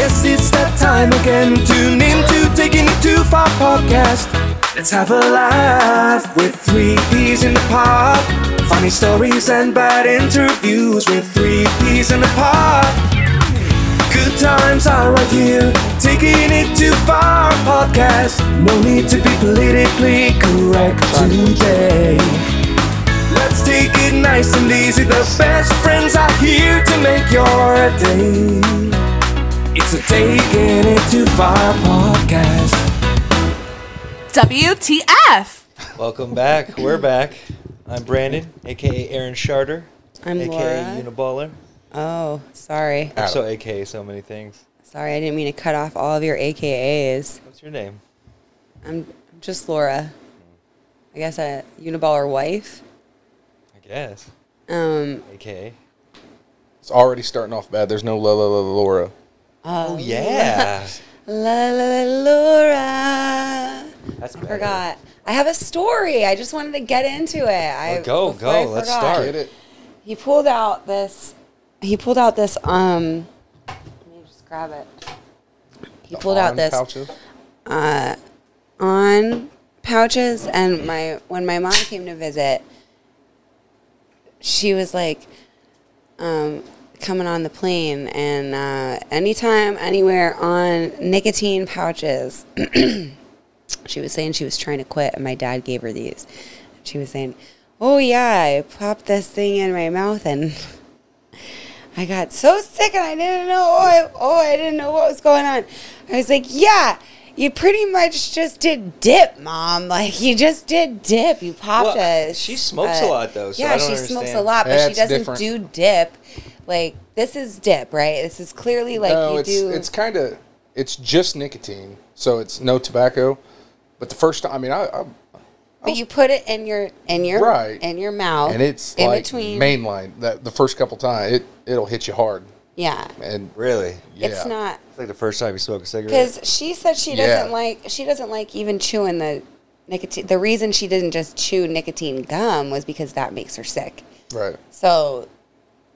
Yes, it's that time again. Tune in to Taking It Too Far podcast. Let's have a laugh with three P's in the pod. Funny stories and bad interviews with three P's in the pod. Good times are right here. Taking It Too Far podcast. No need to be politically correct today. Let's take it nice and easy. The best friends are here to make your day. It's a taking it too far podcast. WTF? Welcome back. We're back. I'm Brandon, aka Aaron Sharder, I'm aka Laura. Uniballer. Oh, sorry. I'm so aka so many things. Sorry, I didn't mean to cut off all of your AKAs. What's your name? I'm I'm just Laura. I guess a Uniballer wife. I guess. Um, AKA. It's already starting off bad. There's no la la la Laura. Oh yeah. um, la la la Laura. That's I forgot. I have a story. I just wanted to get into it. I Well, go, before I go. Let's forgot. start. Get it? He pulled out this. He pulled out this. Um, let me just grab it. He pulled out Arm this. pouches. uh, on pouches and my when my mom came to visit she was like um, coming on the plane and uh, anytime anywhere on nicotine pouches she was saying she was trying to quit and my dad gave her these she was saying oh yeah i popped this thing in my mouth and I got so sick and I didn't know. Oh I, oh, I didn't know what was going on. I was like, yeah, you pretty much just did dip, mom. Like you just did dip. You popped Well, us. she smokes a lot, though, so yeah, I don't she smokes a understand. lot, but she That's doesn't different. do dip. Like this is dip, right? This is clearly like no, you Oh, it's do. it's kind of it's just nicotine, so it's no tobacco. But the first time, I mean, I, I but you put it in your in your Right. in your mouth, and it's in like between. mainline that the first couple times it it'll hit you hard yeah. and Really? yeah. it's not It's like the first time you smoke a cigarette. because she said she Yeah. doesn't like she doesn't like even chewing the nicotine. The reason she didn't just chew nicotine gum was because that makes her sick. right. So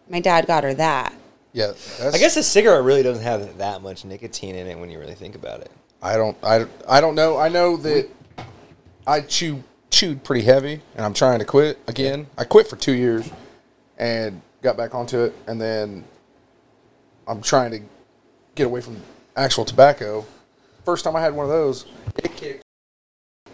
my dad got her that. Yeah, that's, I guess a cigarette really doesn't have that much nicotine in it when you really think about it. I don't I I don't know. I know that I chew chewed pretty heavy and I'm trying to quit again. I quit for 2 years and got back onto it and then I'm trying to get away from actual tobacco. First time I had one of those, it kicked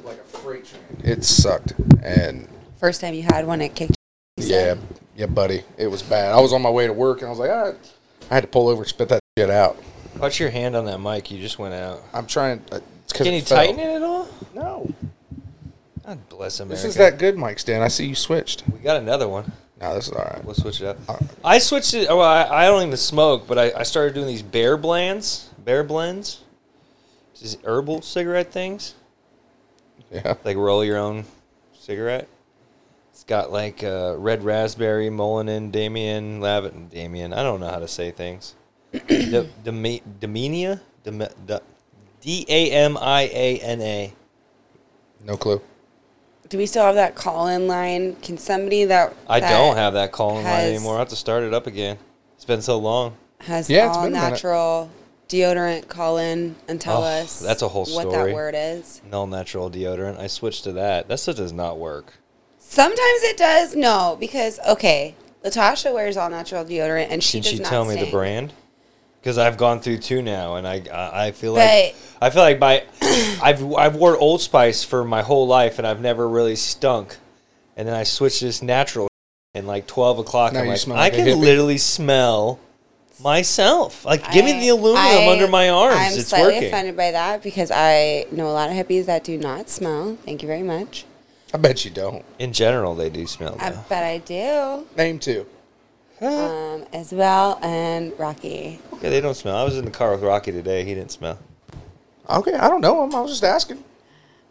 like a freight train. It sucked and First time you had one, it kicked. yeah, yeah, buddy, it was bad. I was on my way to work and I was like, "All right." I had to pull over and spit that shit out. Watch your hand on that mic. You just went out. I'm trying uh, it's 'cause Can it you fell. tighten it at all? No. God bless America. This is that good mic stand. I see you switched. We got another one. No, this is all right. We'll switch it up. Uh, I switched it. Well, I, I don't even smoke, but I, I started doing these bear blends. Bear blends. These herbal cigarette things. Yeah. Like roll your own cigarette. It's got like uh, red raspberry, melanin, Damien, lavender, Damien. I don't know how to say things. D- Dami- Damiania? Dam- da- D A M I A N A. No clue. Do we still have that call in line? Can somebody that I that don't have that call in line has- anymore. I have to start it up again. It's been so long. has Yeah, it's all been a minute. natural deodorant call in and tell Oh, us that's a whole what story. that word is. Null natural deodorant. I switched to that. That stuff does not work. Sometimes it does. No, because okay, Latasha wears all natural deodorant and she Can does she not tell me the stink. brand? Because I've gone through two now, and I I, I feel But- like I feel like by I've I've worn Old Spice for my whole life, and I've never really stunk. And then I switched to this natural, and like twelve o'clock, Now I'm you like, smell I like a can hippie. literally smell myself. Like, give me I- the aluminum I- under my arms. I'm it's slightly working. offended by that because I know a lot of hippies that do not smell. Thank you very much. I bet you don't. In general, they do smell. I Though. bet I do Name two. um, as well. And Rocky, Yeah, they don't smell. I was in the car with Rocky today. He didn't smell. Okay, I don't know him. I was just asking.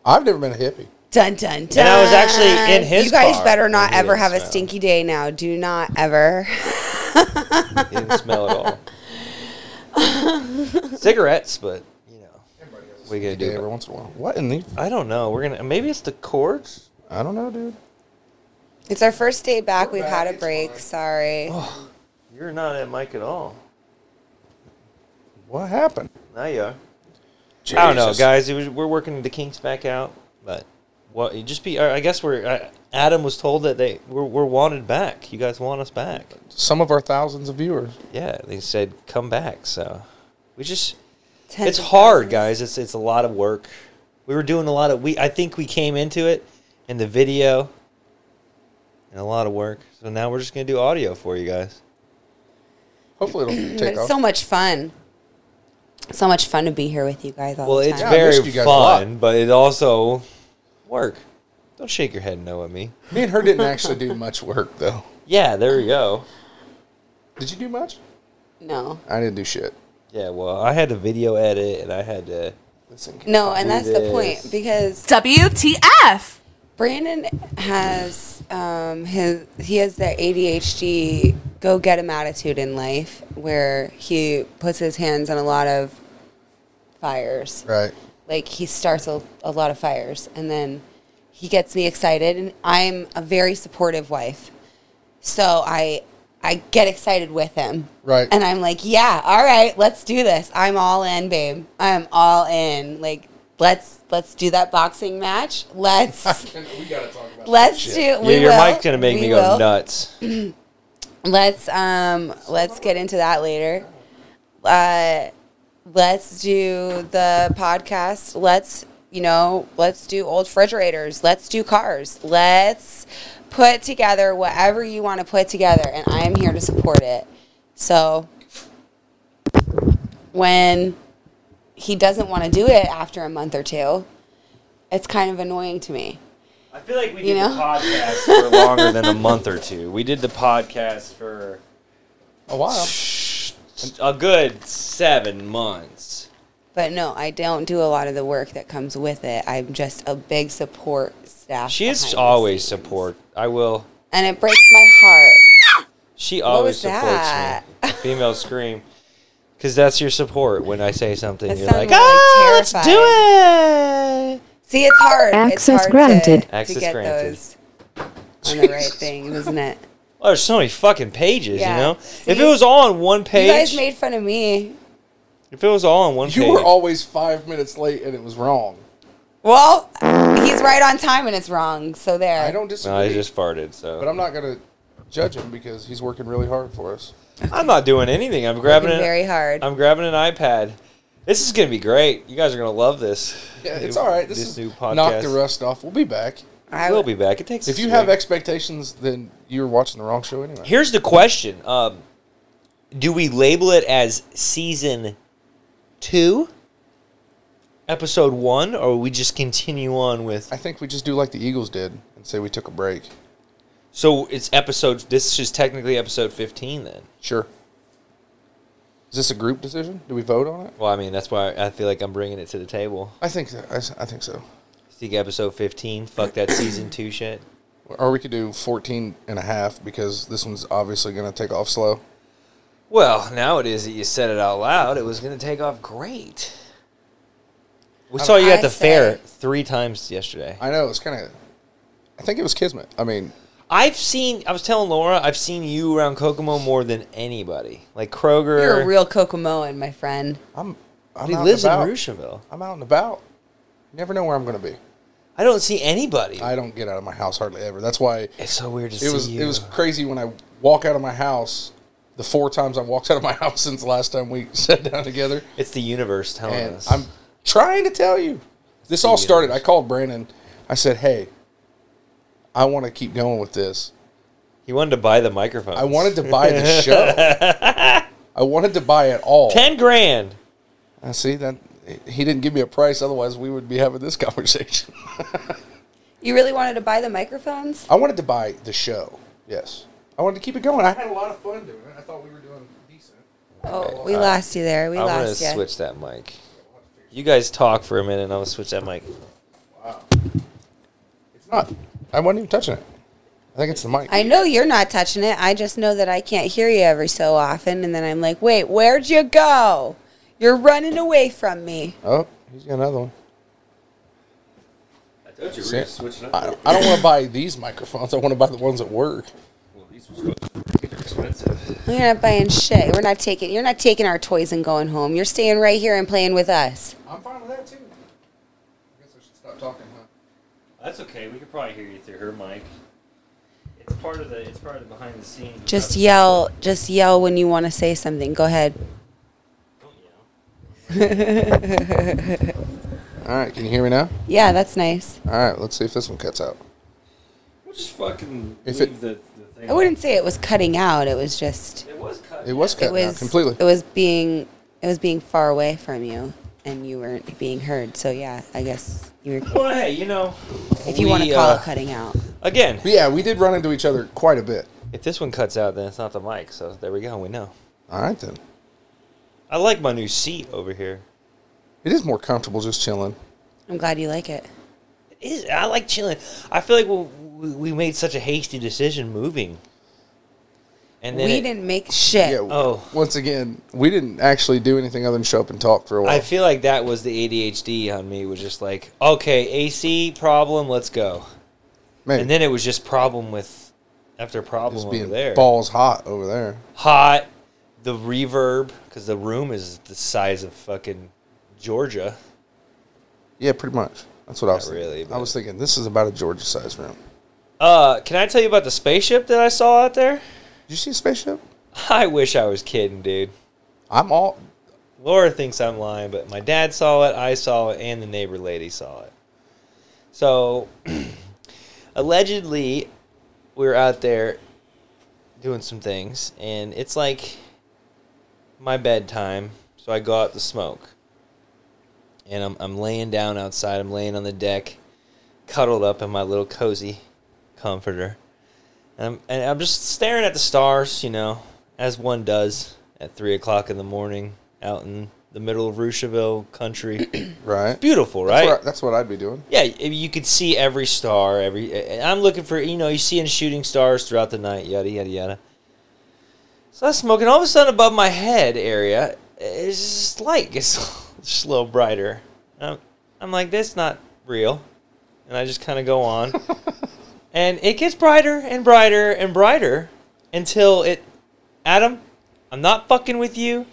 I've never been a hippie. dun dun dun. And I was actually in his You guys car better when not he ever didn't have a smell. stinky day now. Do not ever. He didn't smell at all. Cigarettes, but you know, we gotta Do do. it every it. once in a while. What in the? I don't know. We're gonna maybe it's the cords. I don't know, dude. It's our first day back. We're We've back. had a It's break. fine. Sorry. You're not at Mike at all. What happened? Now you are. I don't know, Jesus. guys. It was, we're working the kinks back out, but what? You just be. I I guess we're. I, Adam was told that they we're, we're wanted back. You guys want us back. Some of our thousands of viewers. Yeah, they said come back. So we just. Tens it's of hard, thousands. guys. It's it's a lot of work. We were doing a lot of we. I think we came into it in the video and a lot of work. So now we're just gonna do audio for you guys. Hopefully it'll But take it's off. so much fun. So much fun to be here with you guys all Well, the it's time. Yeah, I missed very you guys a lot. fun, but it also work. Don't shake your head no at me. Me and her didn't actually do much work though. Yeah, there we go. Did you do much? no. I didn't do shit. Yeah, well, I had to video edit and I had to. Listen, kid. No, and that's the this. point because WTF! Brandon has um, his he has that ADHD go get him attitude in life where he puts his hands on a lot of fires. Right. Like he starts a, a lot of fires and then he gets me excited and I'm a very supportive wife. So I I get excited with him. Right. And I'm like, yeah, all right, let's do this. I'm all in, babe. I'm all in. Like let's let's do that boxing match. Let's We gotta talk about Let's do. We yeah, your will. mic's gonna make We me go will. nuts. Let's um. Let's get into that later. Uh, let's do the podcast. Let's you know. Let's do old refrigerators. Let's do cars. Let's put together whatever you want to put together, and I am here to support it. So when he doesn't want to do it after a month or two, it's kind of annoying to me. I feel like we You know? podcast for longer than a month or two. We did the podcast for a while. a good seven months. But no, I don't do a lot of the work that comes with it. I'm just a big support staff. She is behind the always scenes. support. I will. And it breaks my heart. She always was supports that? me. A female scream. Because that's your support when I say something. That you're like, sounded really ah, let's terrified." do it. See, it's hard. it's Access hard granted. To, Access to get granted. those on the right thing, isn't it? Well, there's so many fucking pages, Yeah. you know? If See? it was all on one page. You guys made fun of me. if it was all on one You page. were always five minutes late and it was wrong. Well, he's right on time and it's wrong. So there. I don't disagree. no, I just farted, so. but I'm not gonna judge him because he's working really hard for us. I'm not doing anything. I'm grabbing Working an, very hard. I'm grabbing an iPad. This is gonna be great. You guys are gonna love this. Yeah, new- it's all right. This, is new podcast. knock the rust off. We'll be back. I We'll be back. It takes. If us you a have week. expectations, then you're watching the wrong show anyway. here's the question: um, Do we label it as season two, episode one, or we just continue on with? I think we just do like the Eagles did and say we took a break. So it's episode. This is technically episode fifteen. Then. Sure. Is this a group decision? Do we vote on it? Well, I mean, that's why I feel like I'm bringing it to the table. I think so. I, s- I think so. Think episode fifteen. Fuck that season two shit. Or we could do 14 and a half because this one's obviously going to take off slow. Well, now it is that you said it out loud. It was going to take off great. Um, We saw you at I the say- fair three times yesterday. I know it's kind of. I think it was kismet. I mean, I've seen, I was telling Laura, I've seen you around Kokomo more than anybody. Like Kroger. You're a real Kokomoan, my friend. I'm. I'm he out lives in and about. Rusheville. I'm out and about. You never know where I'm going to be. I don't see anybody. I don't get out of my house hardly ever. That's why it's so weird to see it was. you. It was crazy when I walk out of my house. The four times I walked out of my house since the last time we sat down together. it's the universe telling And us. I'm trying to tell you. This all started. I called Brandon. I said, "Hey, I want to keep going with this. he wanted to buy the microphone. I wanted to buy the show. I wanted to buy it all. 10 grand. I see that he didn't give me a price. Otherwise, we would be having this conversation. You really wanted to buy the microphones? I wanted to buy the show. Yes, I wanted to keep it going. I had a lot of fun doing it. I thought we were doing decent. Oh, we lost you there. We I'm going to lost you. Uh, switch that mic. You guys talk for a minute and I'm going to switch that mic. It's not. I wasn't even touching it. I think it's the mic. I know you're not touching it. I just know that I can't hear you every so often. And then I'm like, wait, where'd you go? You're running away from me. oh, he's got another one. I told you See, I, I don't want to buy these microphones. I want to buy the ones at work. these were supposed to be expensive. We're not buying shit. We're not taking. You're not taking our toys and going home. You're staying right here and playing with us. I'm fine with that too. I guess I should stop talking, huh? That's okay. We could probably hear you through her mic. It's part of the. It's part of the behind the scenes. without Just the- yell. Just yell when you want to say something. Go ahead. Don't yell. All right, can you hear me now? Yeah, that's nice. All right, let's see if this one cuts out. We'll just fucking If leave it- the, the thing. I wouldn't say it was cutting out. It was just. It was cut. It was down. cut It out was completely. It was being. It was being far away from you, and you weren't being heard. So yeah, I guess you were. Well, hey, you know. If you want to we, call uh, it cutting out. Again, But yeah, we did run into each other quite a bit. if this one cuts out, then it's not the mic. So there we go. We know. All right then. I like my new seat over here. It is more comfortable just chilling. I'm glad you like it. It is. I like chilling. I feel like we, we- we made such a hasty decision moving. And then we it- didn't make shit. Yeah. Oh. Once again, we didn't actually do anything other than show up and talk for a while. I feel like that was the ADHD on me. Was just like, okay, AC problem, let's go. Maybe. And then it was just problem with after problem just over being there. balls hot over there. Hot, the reverb because the room is the size of fucking Georgia. Yeah, pretty much. That's what I was. Not thinking. really, I but- was thinking this is about a Georgia-sized room. Uh, can I tell you about the spaceship that I saw out there? Did you see a spaceship? I wish I was kidding, dude. I'm all. Laura thinks I'm lying, but my dad saw it, I saw it, and the neighbor lady saw it. So, allegedly, we were out there doing some things, and it's like my bedtime, so I go out to smoke. And I'm, I'm laying down outside, I'm laying on the deck, cuddled up in my little cozy comforter. And I'm, and I'm just staring at the stars, you know, as one does at 3 o'clock in the morning out in the middle of Rucheville country. Right. Beautiful, That's right? what, I, that's what I'd be doing. Yeah, y- you could see every star. Every and I'm looking for you know you seeing shooting stars throughout the night. Yada yada yada. So I'm smoking. All of a sudden, above my head area, it's just light gets just a little brighter. And I'm, I'm like, that's not real, and I just kind of go on, and it gets brighter and brighter and brighter until it. Adam, I'm not fucking with you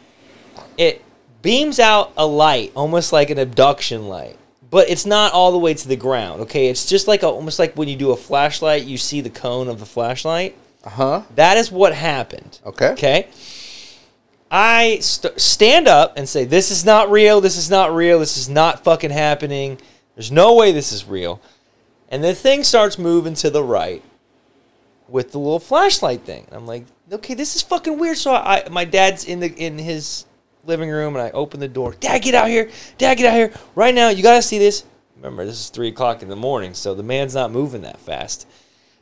it beams out a light, almost like an abduction light, but it's not all the way to the ground. Okay, it's just like a, almost like when you do a flashlight, you see the cone of the flashlight. Uh huh. That is what happened. Okay. Okay. I st- stand up and say, "This is not real. This is not real. This is not fucking happening. There's no way this is real." And the thing starts moving to the right with the little flashlight thing. And I'm like, "Okay, this is fucking weird." So I, my dad's in the in his living room, and I open the door. Dad, get out here! Dad, get out here right now! You gotta see this. Remember, this is three o'clock in the morning, so the man's not moving that fast.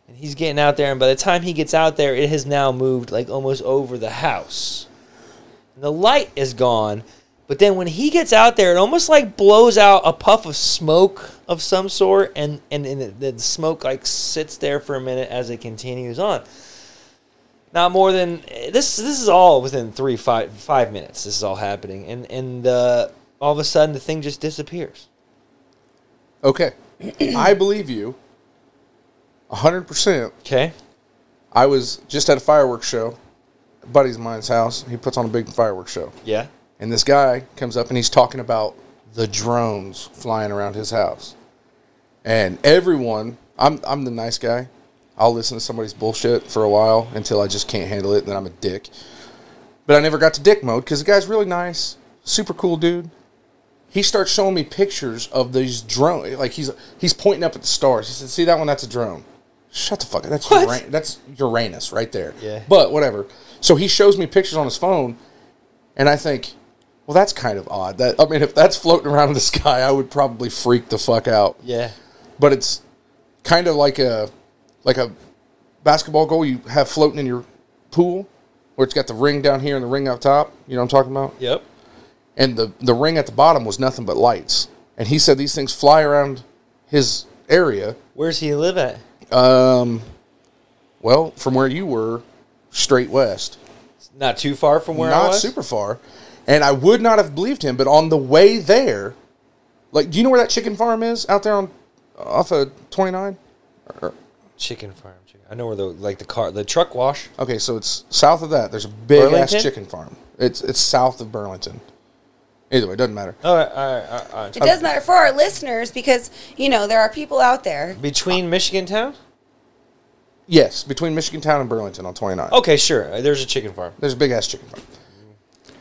And he's getting out there, and by the time he gets out there, it has now moved like almost over the house. And the light is gone. But then when he gets out there, it almost like blows out a puff of smoke of some sort, and, and, and the, the smoke like sits there for a minute as it continues on. Not more than this. This is all within three five five minutes. This is all happening, and and uh, all of a sudden the thing just disappears. Okay. I believe you. hundred percent. Okay, I was just at a fireworks show, a buddy's of mine's house. He puts on a big fireworks show. yeah, And this guy comes up and he's talking about the drones flying around his house. And everyone, I'm, I'm the nice guy. I'll listen to somebody's bullshit for a while until I just can't handle it and then I'm a dick. But I never got to dick mode because the guy's really nice, super cool dude. He starts showing me pictures of these drones. Like he's he's pointing up at the stars. He said, "See that one? That's a drone." Shut the fuck up. That's What? Uran- that's Uranus right there. Yeah. But whatever. So he shows me pictures on his phone, and I think, well, that's kind of odd. That I mean, if that's floating around in the sky, I would probably freak the fuck out. yeah. But it's kind of like a like a basketball goal you have floating in your pool, where it's got the ring down here and the ring up top. You know what I'm talking about? Yep. And the the ring at the bottom was nothing but lights. And he said these things fly around his area. Where's he live at? Um, well, from where you were, straight west. Not too far from where I not was. super far. And I would not have believed him, but on the way there, like, do you know where that chicken farm is out there on off of 29? Or- Chicken farm. Chicken. I know where the like the car the truck wash. Okay, so it's south of that. There's a big Burlington? ass chicken farm. It's it's south of Burlington. Either way, it doesn't matter. All right, all right, all right, all right. It does matter for our listeners because you know there are people out there. Between Michigan Town. Yes, between Michigan Town and Burlington on 29. Okay, sure. Uh, There's a chicken farm. There's a big ass chicken farm.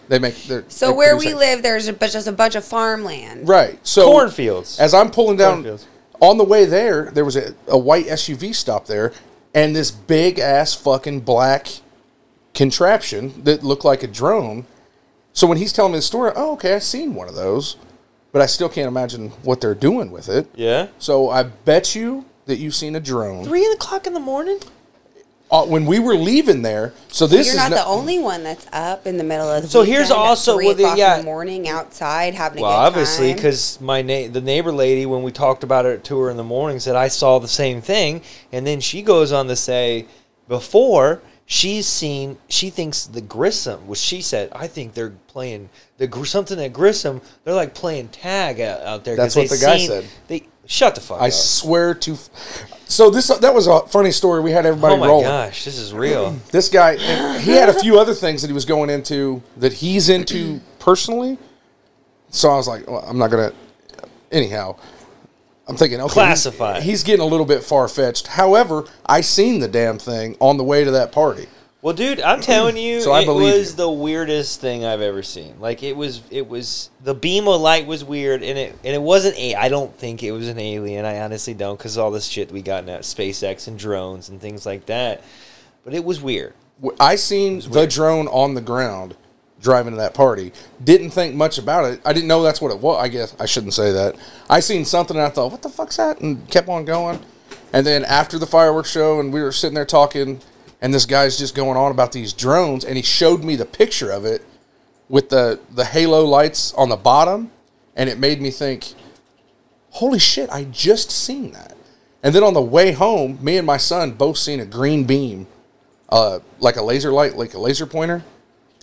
They make their So where we live, there's a, bu- just a bunch of farmland. right? So Cornfields. As I'm pulling down Cornfields. on the way there, there was a, a white SUV stop there, and this big ass fucking black contraption that looked like a drone. So when he's telling me the story, oh okay, I've seen one of those, but I still can't imagine what they're doing with it. Yeah. So I bet you that you've seen a drone Three o'clock in the morning. uh, when we were leaving there. So this You're is not no- the only one that's up in the middle of the So here's weekend at also three what the- o'clock yeah. in the morning outside having Well, a good obviously, time. because my na- the neighbor lady, when we talked about it to her in the morning, said I saw the same thing, and then she goes on to say, before she's seen, she thinks the Grissom, which she said, I think they're playing the Gr- something at Grissom. They're like playing tag out, out there. 'cause That's what they the guy seen- said. They shut the fuck I up. swear to. F- so this that was a funny story. We had everybody oh my rolling. gosh, this is real. This guy, and he had a few other things that he was going into that he's into personally. So I was like, well, I'm not gonna. Anyhow, I'm thinking, okay, Classified. He's, he's getting a little bit far fetched. However, I seen the damn thing on the way to that party. Well, dude, I'm telling you, So I it believe was you. the weirdest thing I've ever seen. Like it was, it was the beam of light was weird, and it and it wasn't a. I don't think it was an alien. I honestly don't, because all this shit we got now, SpaceX and drones and things like that. But it was weird. W- I seen the drone on the ground driving to that party. Didn't think much about it. I didn't know that's what it was. I guess I shouldn't say that. I seen something and I thought, what the fuck's that? And kept on going. And then after the fireworks show, and we were sitting there talking, and this guy's just going on about these drones, and he showed me the picture of it with the, the halo lights on the bottom, and it made me think, holy shit, I just seen that. And then on the way home, me and my son both seen a green beam uh, like a laser light, like a laser pointer,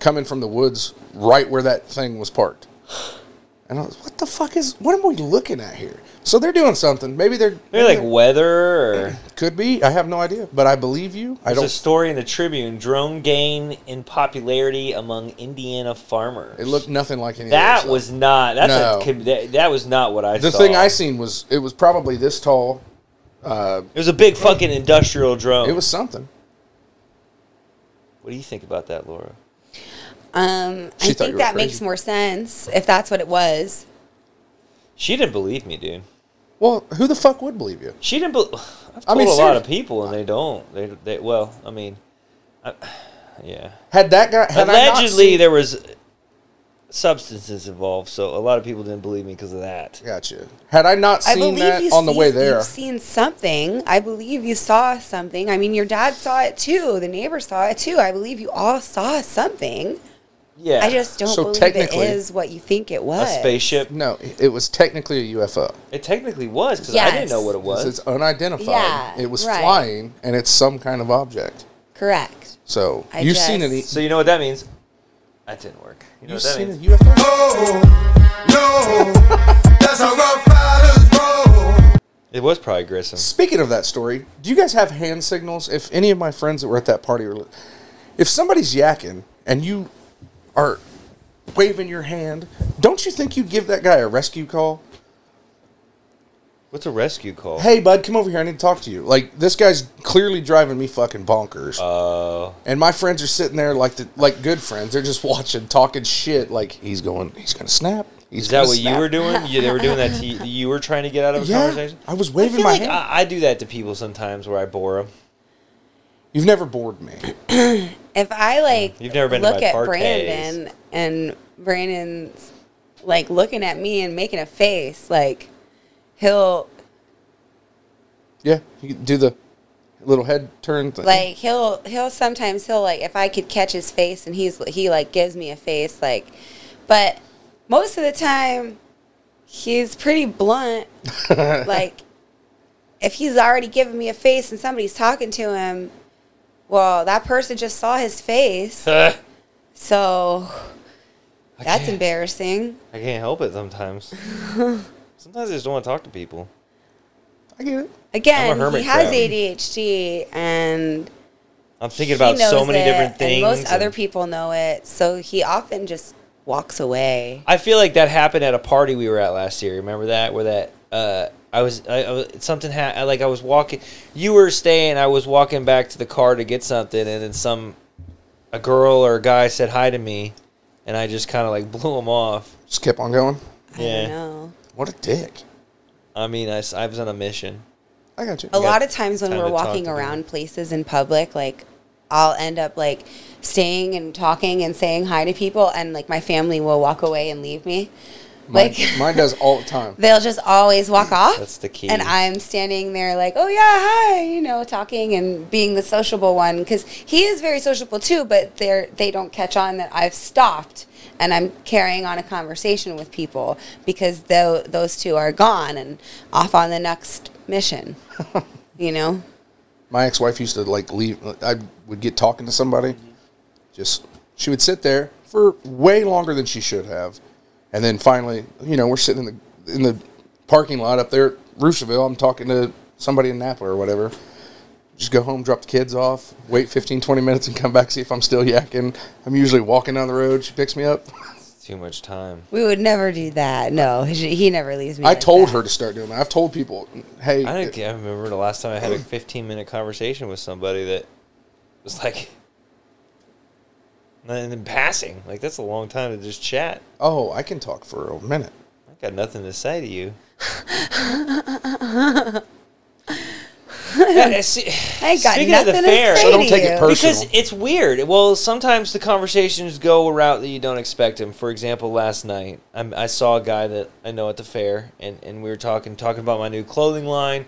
coming from the woods right where that thing was parked. And I was, what the fuck is? What am we looking at here? So they're doing something. Maybe they're Maybe like weather. Or, could be. I have no idea, but I believe you. I there's a don't. story in the Tribune: drone gain in popularity among Indiana farmers. It looked nothing like any. of That stuff. was not. That's No. a, com- that, that was not what I the saw. thing I seen was it was probably this tall. It was a big fucking industrial drone. It was something. What do you think about that, Laura? um, She I thought you think were that crazy. makes more sense if that's what it was. She didn't believe me, dude. Well, who the fuck would believe you? She didn't. Be- I've told I mean, a lot of serious- people, and they don't. They, they well, I mean, I, yeah. Had that guy had I not Allegedly, seen- there was substances involved, so a lot of people didn't believe me because of that. Gotcha. Had I not I seen believe that you on the see- way there, You've seen something. I believe you saw something. I mean, your dad saw it too. The neighbor saw it too. I believe you all saw something. Yeah, I just don't So believe it technically- is what you think it a was. spaceship. no, it was technically a UFO. It technically was because I didn't know Yes. what it Because was. It's unidentified. Yeah, it was right. flying, and it's some kind of object. Correct. So I you've seen just- any? so you know what that means? That didn't work. You know You've what that seen a means? UFO? It was probably Grissom. Speaking of that story, do you guys have hand signals? If any of my friends that were at that party, were, if somebody's yakking and you are waving your hand, don't you think you'd give that guy a rescue call? What's a rescue call? Hey, bud, come over here. I need to talk to you. Like this guy's clearly driving me fucking bonkers. Oh, And my friends are sitting there like the, like good friends. They're just watching, talking shit. Like he's going, he's gonna snap. He's is that gonna what you snap." were doing? You, they were doing that. To you, you were trying to get out of a Yeah, conversation. I was I waving feel my like hand. I, I do that to people sometimes where I bore them. You've never bored me. If I like Hmm. You've never been to look my at parties. Brandon and Brandon's like looking at me and making a face, like he'll Yeah, you do the little head turn thing. like he'll he'll sometimes he'll like if I could catch his face and he's he like gives me a face like, but most of the time he's pretty blunt. like if he's already giving me a face and somebody's talking to him, well that person just saw his face, I so that's can't- embarrassing. I can't help it sometimes. sometimes I just don't want to talk to people. I I get it. I'm Again, a hermit he has crab. ADHD and I'm thinking about he knows so many it, different things. And most other and- people know it, so he often just walks away. I feel like that happened at a party we were at last year. Remember that? Where that uh, I was, I, I was something ha- I- like I was walking. You were staying. I was walking back to the car to get something, and then some a girl or a guy said hi to me, and I just kind of like blew him off. Just kept on going. I yeah, don't know. What a dick. I mean, I, s- I was on a mission. I got you. A Yeah. lot of times when Time we're to talk walking to them. around places in public, like I'll end up like staying and talking and saying hi to people, and like my family will walk away and leave me. Mine, Like mine does all the time. they'll just always walk off. That's the key. And I'm standing there like, oh yeah, hi, you know, talking and being the sociable one because he is very sociable too. But they they don't catch on that I've stopped and I'm carrying on a conversation with people because though those two are gone and off on the next mission, you know. My ex-wife used to like leave. I would get talking to somebody. Just she would sit there for way longer than she should have, and then finally, you know, we're sitting in the in the parking lot up there, at Roosevelt. I'm talking to somebody in Napa or whatever. Just go home, drop the kids off, wait 15, 20 minutes, and come back see if I'm still yakking. I'm usually walking down the road. She picks me up. Too much time. We would never do that. No, he he never leaves me. I like told that. her to start doing that. I've told people, hey, I don't. I remember the last time I had a 15 minute conversation with somebody that was like, and then passing. Like that's a long time to just chat. oh, I can talk for a minute. I got nothing to say to you. Yeah, see- I got Speaking of nothing the fair, to say so don't to take it you. personal. because it's weird. Well, sometimes the conversations go a route that you don't expect them. For example, last night I'm, I saw a guy that I know at the fair, and, and we were talking talking about my new clothing line,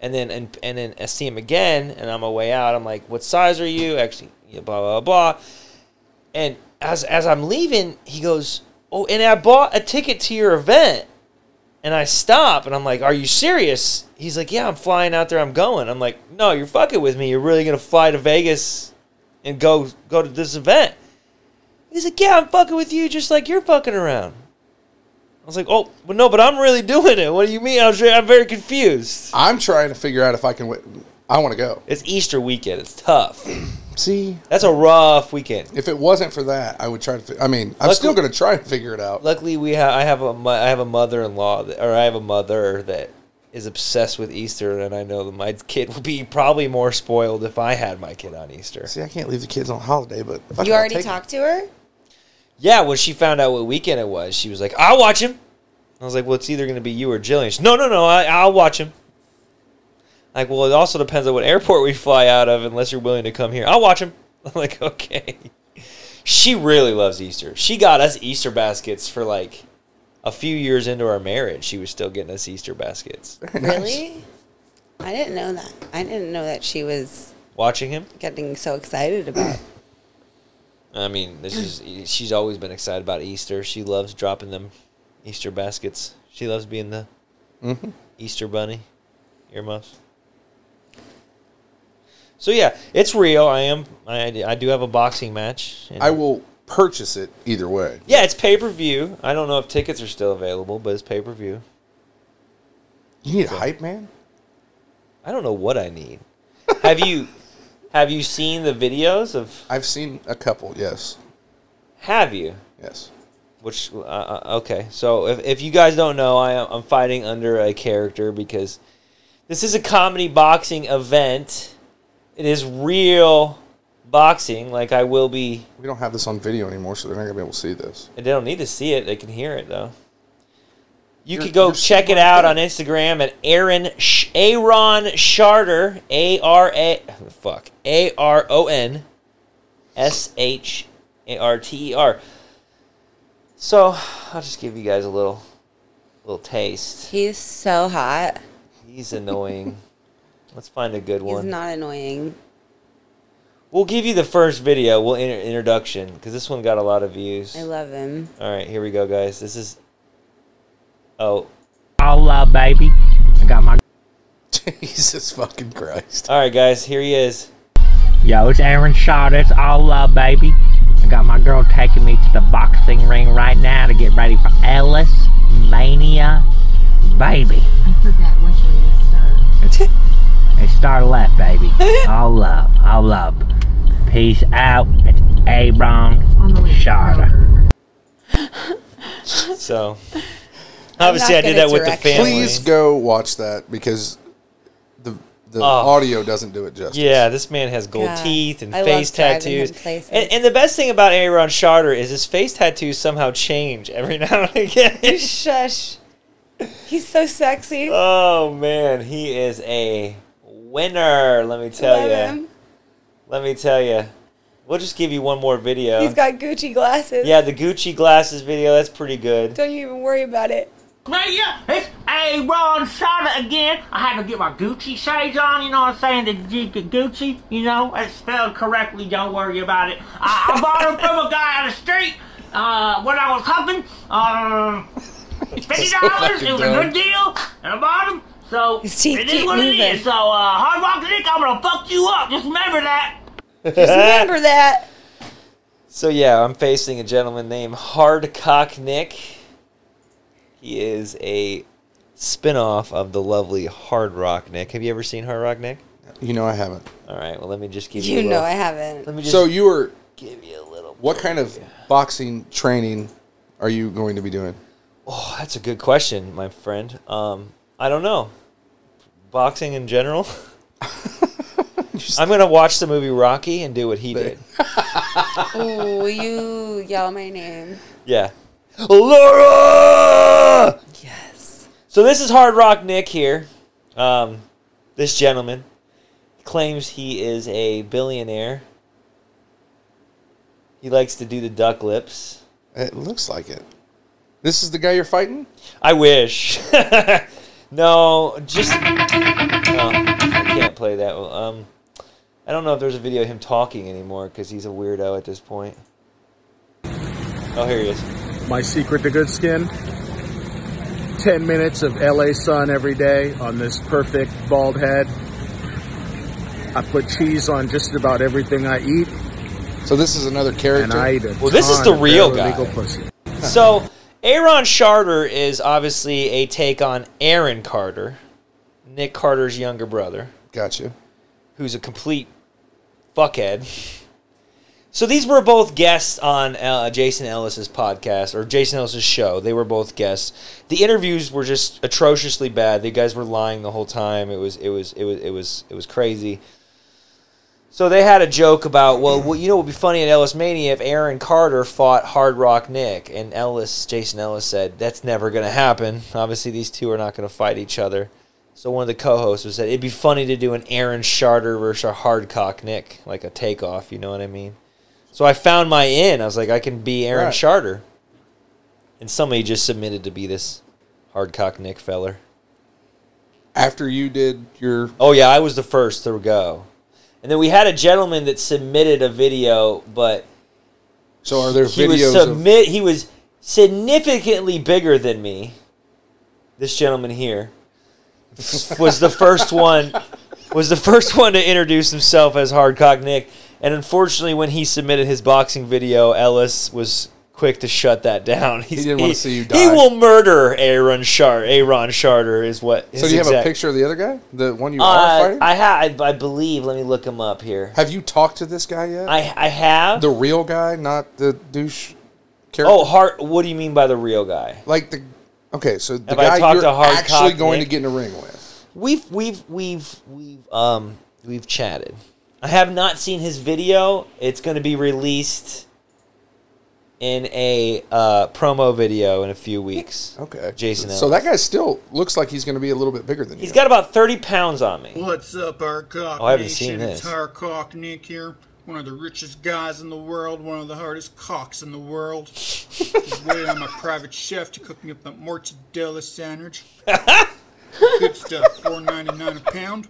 and then and, and then I see him again, and on my way out, I'm like, "What size are you?" Actually, yeah, blah blah blah. And as as I'm leaving, he goes, "Oh, and I bought a ticket to your event." And I stop and I'm like, Are you serious? He's like, Yeah, I'm flying out there. I'm going. I'm like, No, you're fucking with me. You're really going to fly to Vegas and go go to this event? He's like, Yeah, I'm fucking with you just like you're fucking around. I was like, Oh, but no, but I'm really doing it. What do you mean? I was, re- I'm very confused. I'm trying to figure out if I can. Wait. I want to go. It's Easter weekend. It's tough. See, That's a rough weekend. if it wasn't for that, I would try to. Fi- I mean, I'm Luckily- still going to try and figure it out. Luckily, we ha- I have a mo- I have a mother-in-law that, or I have a mother that is obsessed with Easter, and I know that my kid would be probably more spoiled if I had my kid on Easter. See, I can't leave the kids on holiday, but if I You can, I'll already take 'em. talked to her. Yeah, when she found out what weekend it was, she was like, "I'll watch him." I was like, "Well, it's either going to be you or Jillian." She's, no, no, no, I, I'll watch him. Like, well, it also depends on what airport we fly out of, unless you're willing to come here. I'll watch him. I'm like, okay. She really loves Easter. She got us Easter baskets for like a few years into our marriage. She was still getting us Easter baskets. Nice. Really? I didn't know that. I didn't know that she was Watching him, getting so excited about. I mean, this is she's always been excited about Easter. She loves dropping them Easter baskets. She loves being the Easter bunny earmuffs. So yeah, it's real. I am. I, I do have a boxing match. and- I will purchase it either way. Yeah, it's pay per view. I don't know if tickets are still available, but it's pay per view. You need a hype man. I don't know what I need. have you have you seen the videos of? I've seen a couple. Yes, Have you? yes. Which uh, uh, okay, so if, if you guys don't know, I am I'm fighting under a character because this is a comedy boxing event. It is real boxing. Like I will be. We don't have this on video anymore, so they're not going to be able to see this. They don't need to see it. They can hear it though. You You're- could go you're check it smart. out on Instagram at Aaron Sh- Aaron Sharter A R A fuck A R O N S H A R T E R. So I'll just give you guys a little little taste. He's so hot. He's annoying. Let's find a good He's one. not annoying. we'll give you the first video. We'll inter- introduction because this one got a lot of views. I love him. All right, here we go, guys. This is oh. all up, baby. I got my. Jesus fucking Christ! All right, guys, here he is. Yo, it's Aaron Shot. It's all up, baby. I got my girl taking me to the boxing ring right now to get ready for Ellis Mania, baby. I forget which way to start. All love. All love. Peace out. It's Abron Shada. So obviously, I did not gonna that with the direct you. family. Please go watch that because the the audio doesn't do it justice. Yeah, this man has gold God. teeth and I love face driving him tattoos. places. And, and the best thing about Aaron Charter is his face tattoos somehow change every now and again. Shush. He's so sexy. oh man, he is a winner. Let me tell Love you. him. Let me tell you. We'll just give you one more video. He's got Gucci glasses. yeah, the Gucci glasses video. That's pretty good. Don't you even worry about it. Right, yeah, it's Abron Shada again. I had to get my Gucci shades on, you know what I'm saying? The, G- the Gucci, you know, it's spelled correctly, don't worry about it. I, I bought them from a guy on the street uh, when I was huffing. Um, $50, it was a good deal, and I bought them. So, His teeth it is keep what it moving. is. So, uh, Hard Rock Nick, I'm gonna fuck you up. Just remember that. Remember that. So yeah, I'm facing a gentleman named Hardcock Nick. He is a spin-off of the lovely Hard Rock Nick. Have you ever seen Hard Rock Nick? You know I haven't. All right, well let me just give you, You a know little, I haven't. let me just so you were give you a little. what kind of boxing training are you going to be doing? Oh, that's a good question, my friend. Um, I don't know. Boxing in general. I'm gonna watch the movie Rocky and do what he did. Ooh, will you yell my name? Yeah, Laura. Yes. So this is Hard Rock Nick here. Um, this gentleman claims he is a billionaire. He likes to do the duck lips. It looks like it. This is the guy you're fighting? I wish. no, just no, I can't play that. well. Um, I don't know if there's a video of him talking anymore because he's a weirdo at this point. Oh, here he is. My secret to good skin 10 minutes of LA sun every day on this perfect bald head. I put cheese on just about everything I eat, So this is another character. and I eat it. Well, this is the real guy. Legal pussy. So, Aaron Charter is obviously a take on Aaron Carter, Nick Carter's younger brother, gotcha. who's a complete fuckhead. So these were both guests on uh, Jason Ellis's podcast or Jason Ellis's show. They were both guests. The interviews were just atrociously bad. The guys were lying the whole time. It was it was it was it was it was crazy. So they had a joke about well, well you know, it would be funny at Ellis Mania if Aaron Carter fought Hard Rock Nick, and Ellis Jason Ellis said that's never going to happen. Obviously, these two are not going to fight each other. So one of the co-hosts was said it'd be funny to do an Aaron Charter versus a Hardcock Nick, like a takeoff. You know what I mean? So I found my in. I was like, I can be Aaron Right. Charter, and somebody just submitted to be this Hardcock Nick feller. After you did your Oh yeah, I was the first to go. And then we had a gentleman that submitted a video, but so are there he was videos of submit he was significantly bigger than me. This gentleman here was the first one was the first one to introduce himself as Hardcock Nick. And unfortunately when he submitted his boxing video, Ellis was quick to shut that down. He's, didn't wanna see you He die. will murder Aaron Shar Aaron Charter is what So do you have a picture of the other guy? The one you are uh, fighting? I have I believe let me look him up here. have you talked to this guy yet? I I have. the real guy, not the douche character. oh, heart. What do you mean by the real guy? like the okay, so the Have I guy talked you're to Hard actually Cock going Nick? to get in a ring with. We've we've we've we've um we've chatted. I have not seen his video. It's going to be released in a uh, promo video in a few weeks. Okay, Jason. So Ellis. that guy still looks like he's going to be a little bit bigger than he's you. got about thirty pounds on me. What's up, Arcock Oh, I haven't seen Nation? It's this. Arcock Nick here, one of the richest guys in the world, one of the hardest cocks in the world. Just waiting on my private chef to cook me up that mortadella sandwich. Good stuff, four ninety nine a pound.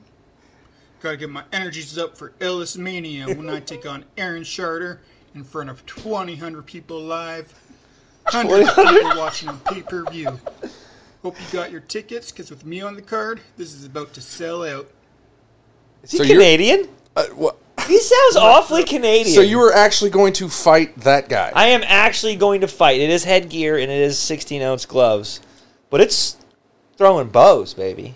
Gotta get my energies up for Ellis Mania when I take on Aaron Charter in front of twenty hundred people live. Hundreds of people watching on pay per view. Hope you got your tickets, because with me on the card, this is about to sell out. Is he So you're- Canadian? Uh, what- He sounds awfully Canadian. so you were actually going to fight that guy? I am actually going to fight. It is headgear and it is 16 ounce gloves, but it's throwing bows, baby.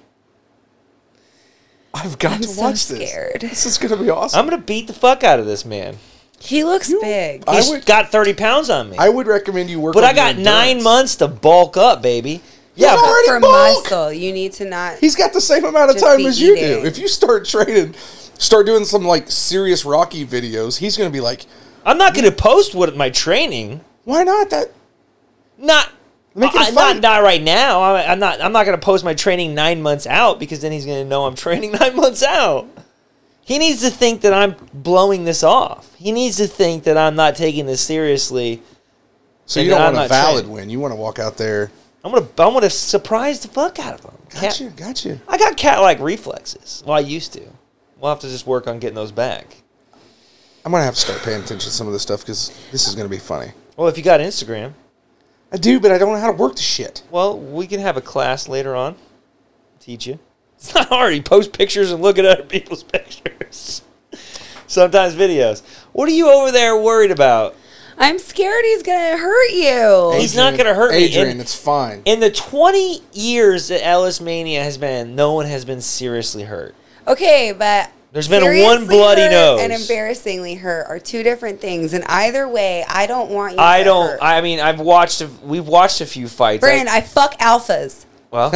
I've got I'm to so watch scared. this. This is gonna be awesome. I'm gonna beat the fuck out of this man. He looks big. I He's would- got 30 pounds on me, I would recommend you work. but on I got your nine endurance. months to bulk up, baby. Yeah, He's but- already for bulk. muscle, you need to not. He's got the same amount of Just time be as you eating. do. If you start training, start doing some like serious Rocky videos, he's gonna be like, I'm not gonna post what my training. "Why not that?" Not. Make it I- a I- fight. not not right now. I- I'm not. I'm not gonna post my training nine months out because then he's gonna know I'm training nine months out. He needs to think that I'm blowing this off. He needs to think that I'm not taking this seriously. So Yeah, you but don't I'm want a not valid training. win. You want to walk out there. I'm gonna. I'm gonna surprise the fuck out of him. Cat- Gotcha, gotcha. I got cat-like reflexes. Well, I used to. We'll have to just work on getting those back. I'm gonna have to start paying attention to some of this stuff because this is gonna be funny. Well, if you got Instagram, I do, but I don't know how to work the shit. well, we can have a class later on. Teach you. It's not hard. You post pictures and look at other people's pictures. Sometimes videos. What are you over there worried about? I'm scared he's gonna hurt you. He's not gonna hurt me, Adrian, and- it's fine. In the 20 years that Ellis Mania has been, no one has been seriously hurt. Okay, but There's been seriously one bloody hurt nose. and embarrassingly hurt are two different things. And either way, I don't want you. I to don't. Hurt. I mean, I've watched. A, we've watched a few fights. I- Brandon, I fuck alphas. well,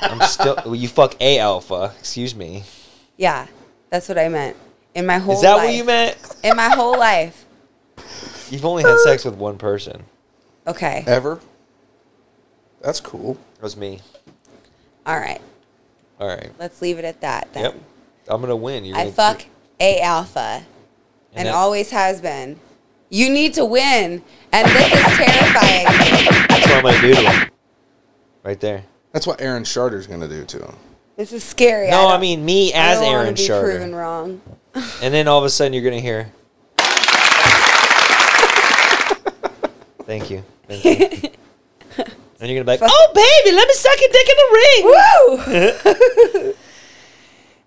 I'm still. well, You fuck a alpha. Excuse me. Yeah, that's what I meant. In my whole Is that life. what you meant? In my whole life. You've only had sex with one person. Okay. Ever? That's cool. That was me. All right. All right. Let's leave it at that then. Yep. I'm gonna win. You're I gonna- fuck a alpha, and, that- always has been. You need to win, and this is terrifying. That's what I'm gonna do to him. Right there. That's what Aaron Charter's gonna do to him. This is scary. No, I, don't- mean me I as don't wanna Aaron be Charter. proven wrong. And then all of a sudden you're gonna hear. Thank you. Thank you. and you're gonna be like, oh baby, let me suck your dick in the ring. Woo!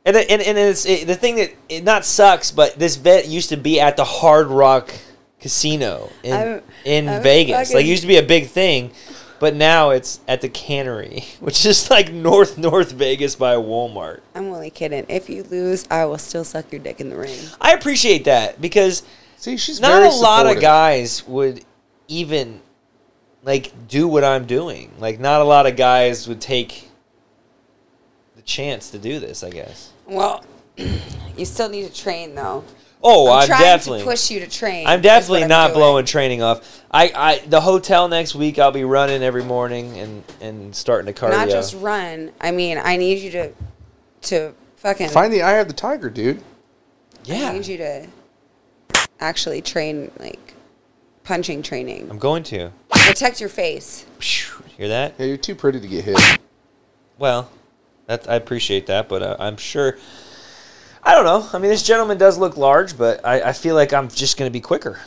And then- and, and it's it, the thing that it not sucks, but this vet used to be at the Hard Rock Casino in I'm- in I'm Vegas. Like fucking- it used to be a big thing, but now it's at the Cannery, which is like north north Vegas by Walmart. I'm only kidding. If you lose, I will still suck your dick in the ring. I appreciate that because See, she's not very a lot of supportive. guys would even like do what I'm doing. Like not a lot of guys would take the chance to do this. I guess. Well, you still need to train though. Oh, I'm I'm, trying definitely to push you to train. I'm is what definitely not doing. blowing training off. I, I the hotel next week. I'll be running every morning and and starting to cardio. Not just run. I mean, I need you to to fucking. Find the eye of the tiger, dude. I yeah, need you to actually train like punching training. I'm going to. Protect your face. Phew, Hear that? Yeah, you're too pretty to get hit. Well, that I appreciate that, but uh, I'm sure. I don't know. I mean, this gentleman does look large, but I, I feel like I'm just going to be quicker.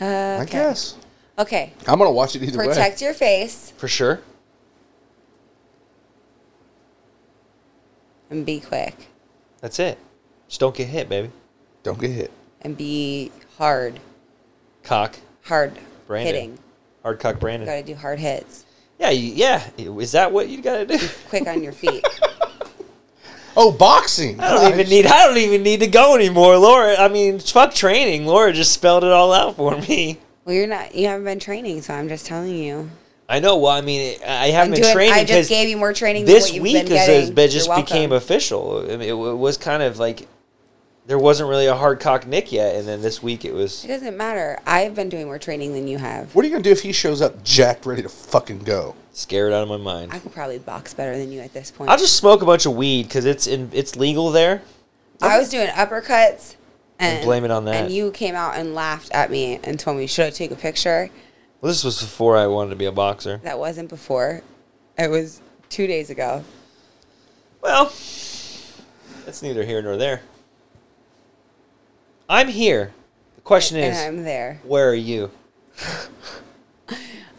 Uh, I okay. guess. Okay. I'm gonna watch it either way. Protect your face For sure. and be quick That's it. Just don't get hit, baby. Don't get hit. and be hard, Cock. hard Brandon. hitting. Hard cock You Brandon. gotta do hard hits. Yeah, you, yeah. Is that what you got to do? Quick on your feet. Oh, boxing. I don't even need. I don't even need to go anymore, Laura. I mean, fuck training. Laura just spelled it all out for me. well, you're not. You haven't been training, so I'm just telling you. I know. Well, I mean, I I'm haven't been doing. training I just because gave you more training this than what week you've is been getting. is it just You're welcome. became official. I mean, it, w- it was kind of like there wasn't really a hard cock nick yet, and then this week it It was. doesn't matter. I've been doing more training than you have. What are you gonna do if he shows up jacked, ready to fucking go? Scared out of my mind. I could probably box better than you at this point. I'll just smoke a bunch of weed because it's in it's legal there. I was doing uppercuts and blame it on that. And you came out and laughed at me and told me, Should I take a picture? Well, this was before I wanted to be a boxer. That wasn't before. It was two days ago. Well, that's neither here nor there. I'm here. The question And is, I'm there. where are you?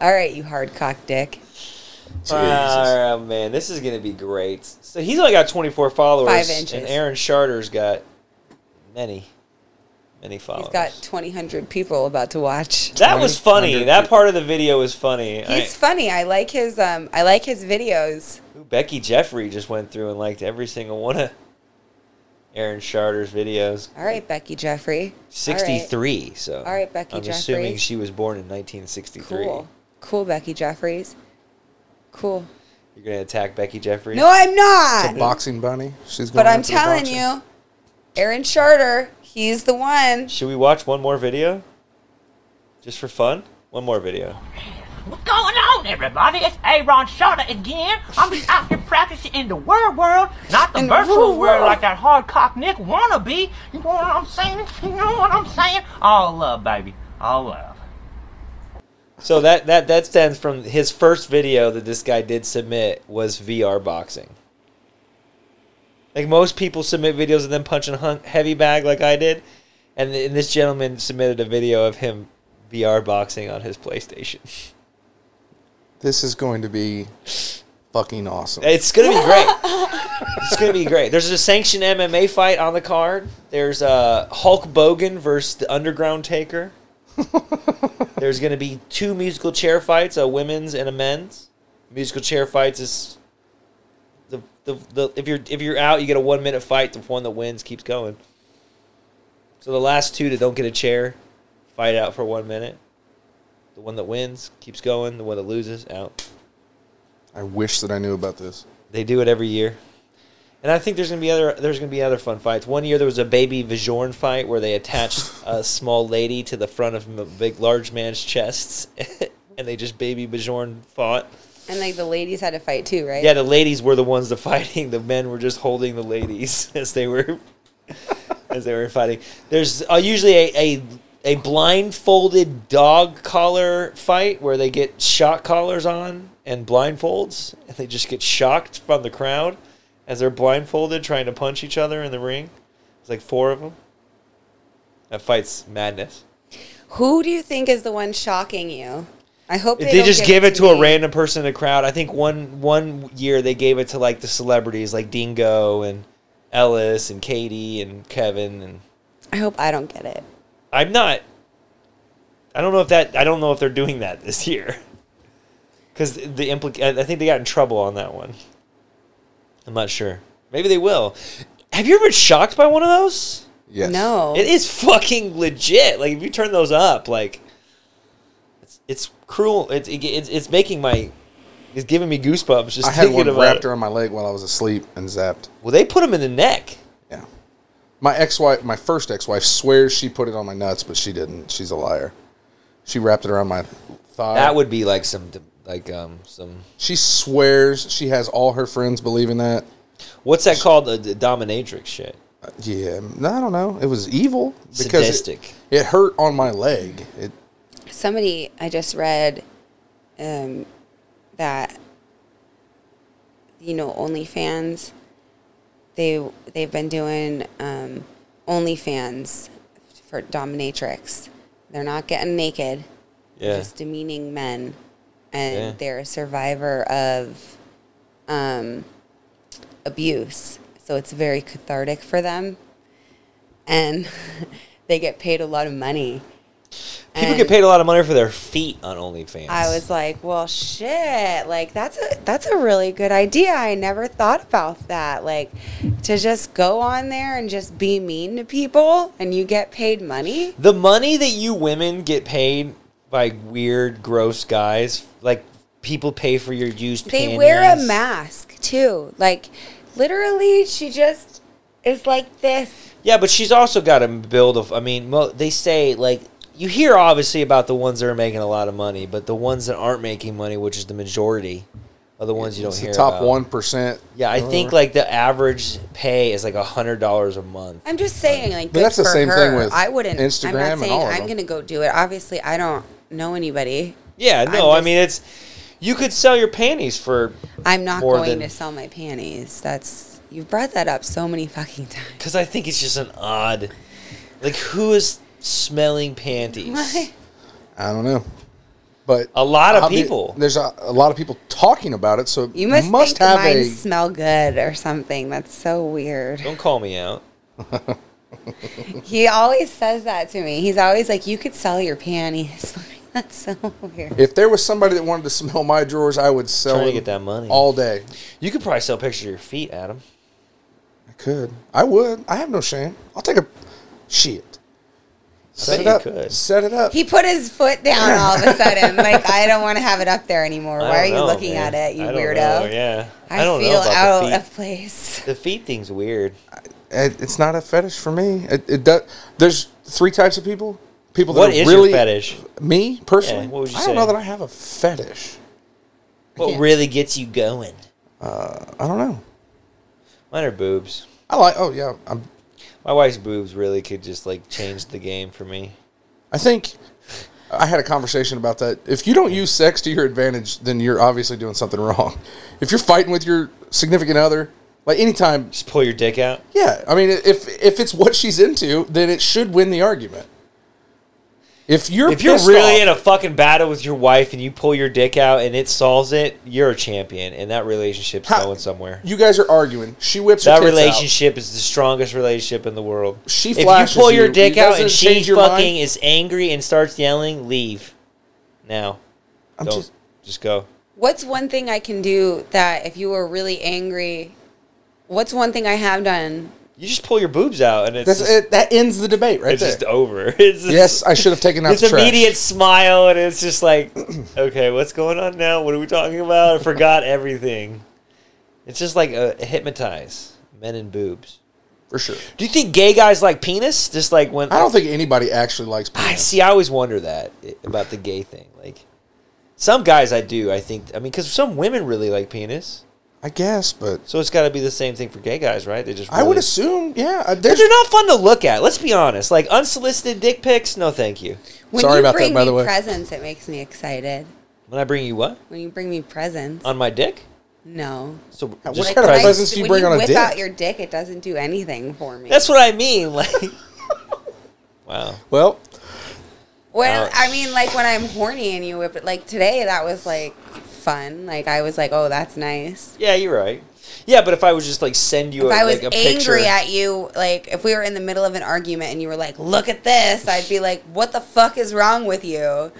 All right, you hard cock dick. Oh man, this is gonna be great. So he's only got 24 followers, Five inches. and Aaron Charter's got many, many followers. He's got 2,000 people about to watch. that was funny. 100 That part of the video was funny. I- He's funny. I like his um I like his videos. who Becky Jeffrey just went through and liked every single one of Aaron Charter's videos. All right, Becky Jeffrey. All right. 63, so. All right, Becky I'm assuming Jeffries. she was born in 1963. Cool. Cool, Becky Jeffries. Cool. You're going to attack Becky Jeffrey? No, I'm It's not. a boxing bunny. She's going But I'm after the telling boxing. you, Aaron Charter, he's the one. Should we watch one more video? Just for fun? One more video. What's going on, everybody? It's Aaron Shorter again. I'm just out here practicing in the real world, not the In the virtual real world. world. like that hard cock Nick wannabe. You know what I'm saying? You know what I'm saying? All love, baby. All love. So that, that, that stands from his first video that this guy did submit was VR boxing. Like most people submit videos of them punching a hun- heavy bag like I did. And, th- and this gentleman submitted a video of him VR boxing on his PlayStation. This is going to be fucking awesome. It's gonna be great. it's gonna be great. There's a sanctioned MMA fight on the card. There's uh, Hulk Bogan versus the Underground Taker. There's gonna be two musical chair fights, a women's and a men's. Musical chair fights is the, the, the if you're if you're out, you get a one minute fight. The one that wins keeps going. So the last two that don't get a chair fight out for one minute. The one that wins keeps going. The one that loses out. I wish that I knew about this. They do it every year. And I think there's gonna be other there's gonna be other fun fights. One year there was a baby Vijorn fight where they attached a small lady to the front of a big large man's chests, and they just baby Vijorn fought. And like the ladies had to fight too, right? Yeah, the ladies were the ones that fighting. The men were just holding the ladies as they were as they were fighting. There's uh, usually a, a a blindfolded dog collar fight where they get shock collars on and blindfolds, and they just get shocked from the crowd as they're blindfolded trying to punch each other in the ring. It's like four of them. That fight's madness. Who do you think is the one shocking you? I hope they, If they don't just give it to a me. random person in the crowd. I think one one year they gave it to like the celebrities like Dingo and Ellis and Katie and Kevin and I hope I don't get it. I'm not I don't know if that I don't know if they're doing that this year. Cuz the implica- I think they got in trouble on that one. I'm not sure. Maybe they will. Have you ever been shocked by one of those? Yes. No. It is fucking legit. Like if you turn those up, like it's it's cruel. It's it, it's it's making my it's giving me goosebumps just I had thinking one about it. wrapped around my leg while I was asleep and zapped. Well, they put him in the neck. Yeah. My ex-wife, my first ex-wife, swears she put it on my nuts, but she didn't. She's a liar. She wrapped it around my thigh. That would be like some like um some she swears she has all her friends believing that. what's that called the, the dominatrix shit. Uh, Yeah, no, I don't know. It was evil because it- Sadistic. It, hurt on my leg. It Somebody I just read um, that you know OnlyFans they they've been doing um, OnlyFans for dominatrix. They're not getting naked, Yeah. just demeaning men, and Yeah. they're a survivor of um, abuse. So it's very cathartic for them, and they get paid a lot of money. People And- get paid a lot of money for their feet on OnlyFans. I was like, well, shit. Like that's a that's a really good idea. I never thought about that. Like to just go on there and just be mean to people and you get paid money. the money that you women get paid by weird, gross guys, like people pay for your used. They wear a panties. mask too. Like literally, she just is like this. Yeah, but she's also got to build a. I mean, mo- they say like you hear obviously about the ones that are making a lot of money, but the ones that aren't making money, which is the majority, are the ones you don't it's hear. the top about. one Uh-huh. percent. Yeah, I think like the average pay is like a hundred dollars a month. I'm just saying, like, But good that's the for same her. thing with I wouldn't. I'm Instagram not and saying all of I'm them. gonna go do it. Obviously, I don't know anybody. Yeah, I'm no, I just- mean it's you could sell your panties for I'm not More going than- to sell my panties. That's you've brought that up so many fucking times. because I think it's just an odd, like who is smelling panties? I don't know, but A lot of obvi- people. There's a, a lot of people talking about it, so it You must, must think have mine a. smell good or something. That's so weird. Don't call me out. He always says that to me. He's always like, "You could sell your panties." That's so weird. If there was somebody that wanted to smell my drawers, I would sell Trying to get them that money. all day. You could probably sell pictures of your feet, Adam. I could. I would. I have no shame. I'll take a shit. Set bet it you up. could. Set it up. He put his foot down all of a sudden. like I don't want to have it up there anymore. I Why are don't you know, looking man. at it, you I don't weirdo? know, yeah, I, I don't feel know about out the feet. of place. The feet thing's weird. It- it's not a fetish for me. It, it does. There's three types of people. People that What are is really your fetish? Me personally, Yeah, what would you I say? don't know that I have a fetish. What really gets you going? I don't know. Mine are boobs. I like. Oh yeah. I'm, My wife's boobs really could just like change the game for me. I think I had a conversation about that. If you don't use sex to your advantage, then you're obviously doing something wrong. If you're fighting with your significant other, like anytime, Just pull your dick out. yeah. I mean, if if it's what she's into, then it should win the argument. If you're If you're pissed really off- in a fucking battle with your wife and you pull your dick out and it solves it, you're a champion and that relationship's How- going somewhere. you guys are arguing. She whips her That tits out. relationship is the strongest relationship in the world. She if you flashes pull your you, dick it out and doesn't she change fucking your mind. is angry and starts yelling, leave. Now, I'm don't just- just, go. What's one thing I can do that if you were really angry? What's one thing I have done? You just pull your boobs out and it's That's just, it. That ends the debate right it's there. just over. It's just, yes, I should have taken out this the trash. immediate smile and it's just like, okay, what's going on now? What are we talking about? I forgot everything. It's just like uh hypnotize men and boobs. for sure. Do you think gay guys like penis? Just like when I don't think anybody actually likes. I Penis. see. I always wonder that i- about the gay thing. Like some guys, I do. I think. I mean, because some women really like penis, I guess, but so it's got to be the same thing for gay guys, right? They just. I would really- assume, yeah. uh, But There's, they're not fun to look at. Let's be honest. Like unsolicited dick pics, no, thank you. When Sorry you about that, bring by me the way. presents, it makes me excited. When I bring you what When you bring me presents, on my dick, no. so what just kind of price- I- presents do you when bring on a whip dick? out your dick, it doesn't do anything for me. That's what I mean. Like, wow. well, Well, Ouch. I mean, like when I'm horny and you whip it, like today, that was like fun. Like I was like, oh, that's nice. Yeah, you're right. Yeah, but if I was just like send you If a, I was like a angry picture, at you, like if we were in the middle of an argument and you were like, look at this, I'd be like, what the fuck is wrong with you?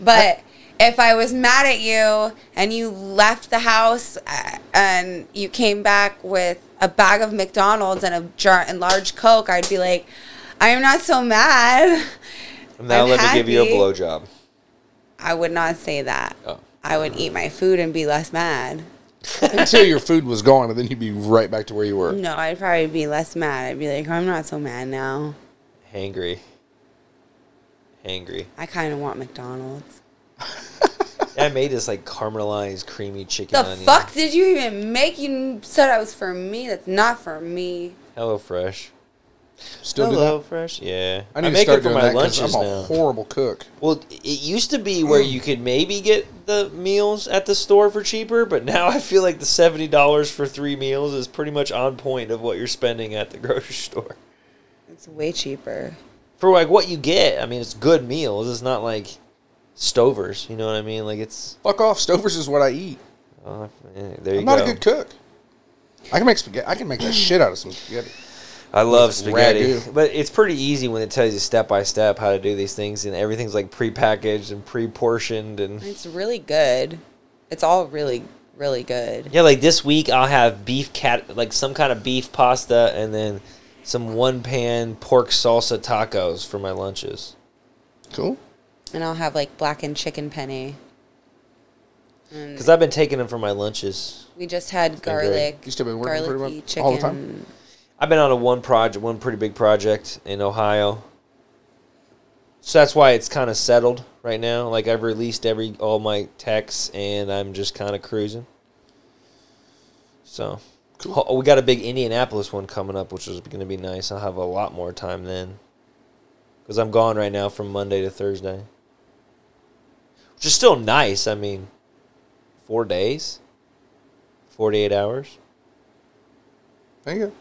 But if I was mad at you and you left the house uh, and you came back with a bag of McDonald's and a jar and large Coke, I'd be like, I am not so mad. now I'm let me give you a happy. blowjob. I would not say that. Oh. I would eat my food and be less mad. until your food was gone, and then you'd be right back to where you were. No, I'd probably be less mad. I'd be like, I'm not so mad now. Hangry. Hangry. I kind of want McDonald's. I made this like caramelized creamy chicken The onion. fuck did you even make? You said it was for me. That's not for me. Hello Fresh. Still do that. Hello Fresh. Yeah. I need to make start it for doing my that 'cause lunches I'm a now. horrible cook. Well, it used to be Mm. where you could maybe get the meals at the store for cheaper, but now I feel like the seventy dollars for three meals is pretty much on point of what you're spending at the grocery store. It's way cheaper. For like what you get, I mean it's good meals. It's not like Stovers, you know what I mean? Like it's Fuck off. Stovers is what I eat. uh, eh, there you I'm not go. a good cook. I can make spaghetti. I can make that shit out of some spaghetti. I love With spaghetti, ragu. but it's pretty easy when it tells you step by step how to do these things, and everything's like prepackaged and pre-portioned, and It's really good. It's all really, really good. yeah, like this week I'll have beef cat, like some kind of beef pasta, and then some one-pan pork salsa tacos for my lunches. Cool. And I'll have like blackened chicken penne. And Because I've been taking them for my lunches. we just had been great. garlic, You still been working pretty garlicky much chicken. all the time? I've been on a one project, one pretty big project in Ohio, so that's why it's kind of settled right now. Like I've released every all my texts, and I'm just kind of cruising. So Ho- we got a big Indianapolis one coming up, which is going to be nice. I'll have a lot more time then because I'm gone right now from Monday to Thursday, which is still nice. I mean, four days, forty-eight hours, There you go.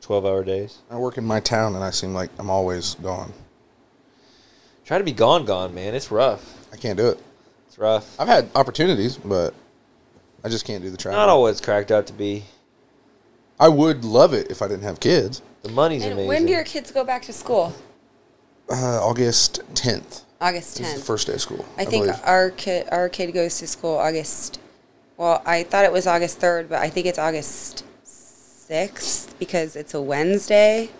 twelve-hour days. I work in my town, and I seem like I'm always gone. Try to be gone, gone, man. It's rough. I can't do it. It's rough. I've had opportunities, but I just can't do the travel. Not all it's cracked out to be. I would love it if I didn't have kids. The money's And amazing. when do your kids go back to school? Uh, August 10th. August It's the 10th. first day of school. I think uh, believe. our kid, our kid goes to school August. Well, I thought it was August 3rd, but I think it's August 6th because it's a Wednesday.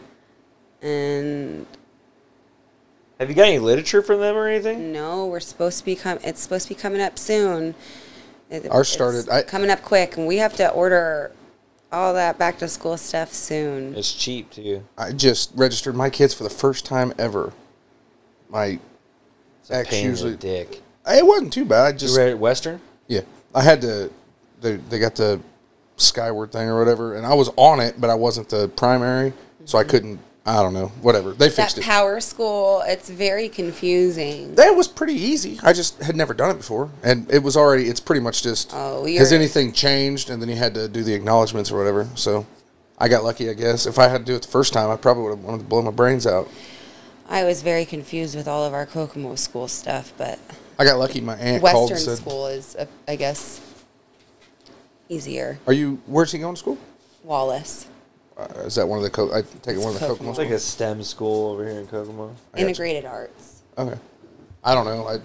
And Have you got any literature from them or anything? no, we're supposed to be com- it's supposed to be coming up soon. It- Ours it's started- I- coming up quick, and we have to order all that back to school stuff soon. It's cheap too. I just registered my kids for the first time ever. My It's a Ex pain in the usually- dick. it wasn't too bad. I just You read it Western? yeah, I had to. They they got the Skyward thing or whatever, and I was on it, but I wasn't the primary, so I couldn't. I don't know. Whatever they Mm-hmm. That fixed it. power school, it's very confusing. That was pretty easy. I just had never done it before, and it was already. It's pretty much just Oh, has you're- anything changed, and then you had to do the acknowledgments or whatever. So. I got lucky, I guess. If I had to do it the first time, I probably would have wanted to blow my brains out. I was very confused with all of our Kokomo school stuff, but I got lucky. My aunt called Western and said, school is, uh, I guess, easier. "Are you? Where's he going to school? Wallace Uh, is that one of the? Co- I take it one of the Kokomo. It's like a STEM school over here in Kokomo. I got you. Integrated Arts. Okay. I don't know. I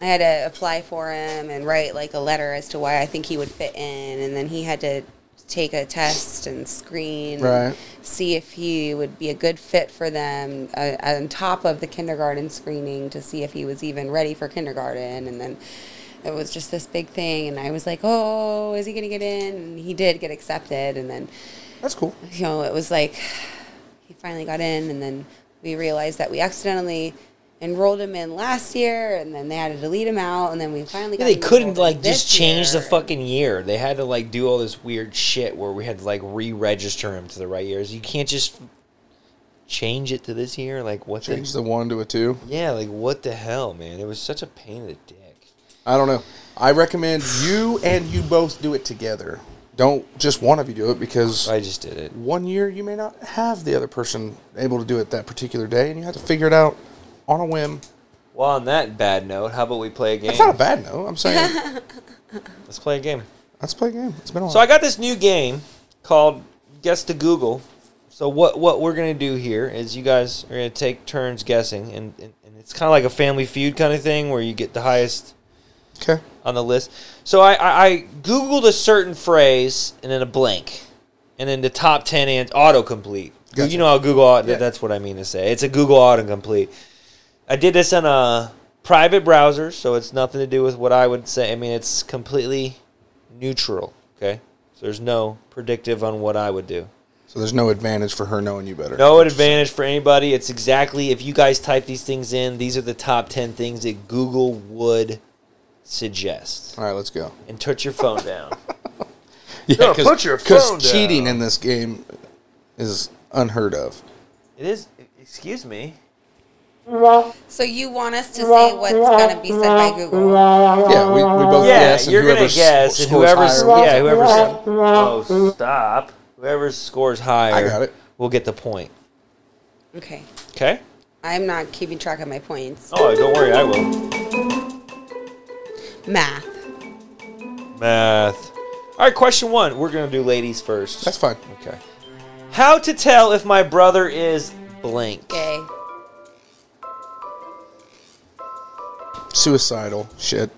I had to apply for him and write like a letter as to why I think he would fit in, and then he had to take a test and screen, and Right. see if he would be a good fit for them. Uh, on top of the kindergarten screening to see if he was even ready for kindergarten, and then it was just this big thing. And I was like, "Oh, is he going to get in?" And he did get accepted, and then. that's cool. you know, it was like he finally got in, and then we realized that we accidentally enrolled him in last year, and then they had to delete him out, and then we finally got they him couldn't enrolled like this just change the year. fucking year. They had to like do all this weird shit where we had to like re-register him to the right years. You can't just change it to this year. Like what the, Change the one to a two. yeah? Like what the hell, man? It was such a pain in the dick. I don't know. I recommend you and you both do it together. Don't just one of you do it because I just did it. one year you may not have the other person able to do it that particular day, and you have to figure it out on a whim. Well, on that bad note, how about we play a game? That's not a bad note. I'm saying Let's play a game. let's play a game. It's been a while. So I got this new game called Guess to Google. So what what we're gonna do here is you guys are gonna take turns guessing, and, and, and it's kind of like a Family Feud kind of thing where you get the highest okay. on the list. So I, I, I googled a certain phrase and then a blank, and then the top ten and autocomplete. Gotcha. You know how Google auto, Yeah. that's what I mean to say. It's a Google autocomplete. I did this on a private browser, so it's nothing to do with what I would say. I mean, it's completely neutral. Okay, so there's no predictive on what I would do. So there's no advantage for her knowing you better. No advantage for anybody. It's exactly if you guys type these things in, these are the top 10 things that Google would suggest. All right, let's go. And touch your phone down. Yeah, gotta put your phone down. cheating in this game is unheard of. It is. Excuse me. So you want us to say what's going to be said by Google? Yeah, we, we both Yeah, guess. you're gonna whoever guess, sc- and scores whoever's higher- yeah, whoever. oh, stop! Whoever scores higher, I got it. Will get the point. Okay, Okay. I'm not keeping track of my points. Oh, don't worry, I will. Math. Math. All right, question one. We're gonna do ladies first. That's fine. okay. How to tell if my brother is blank? Gay. Suicidal shit.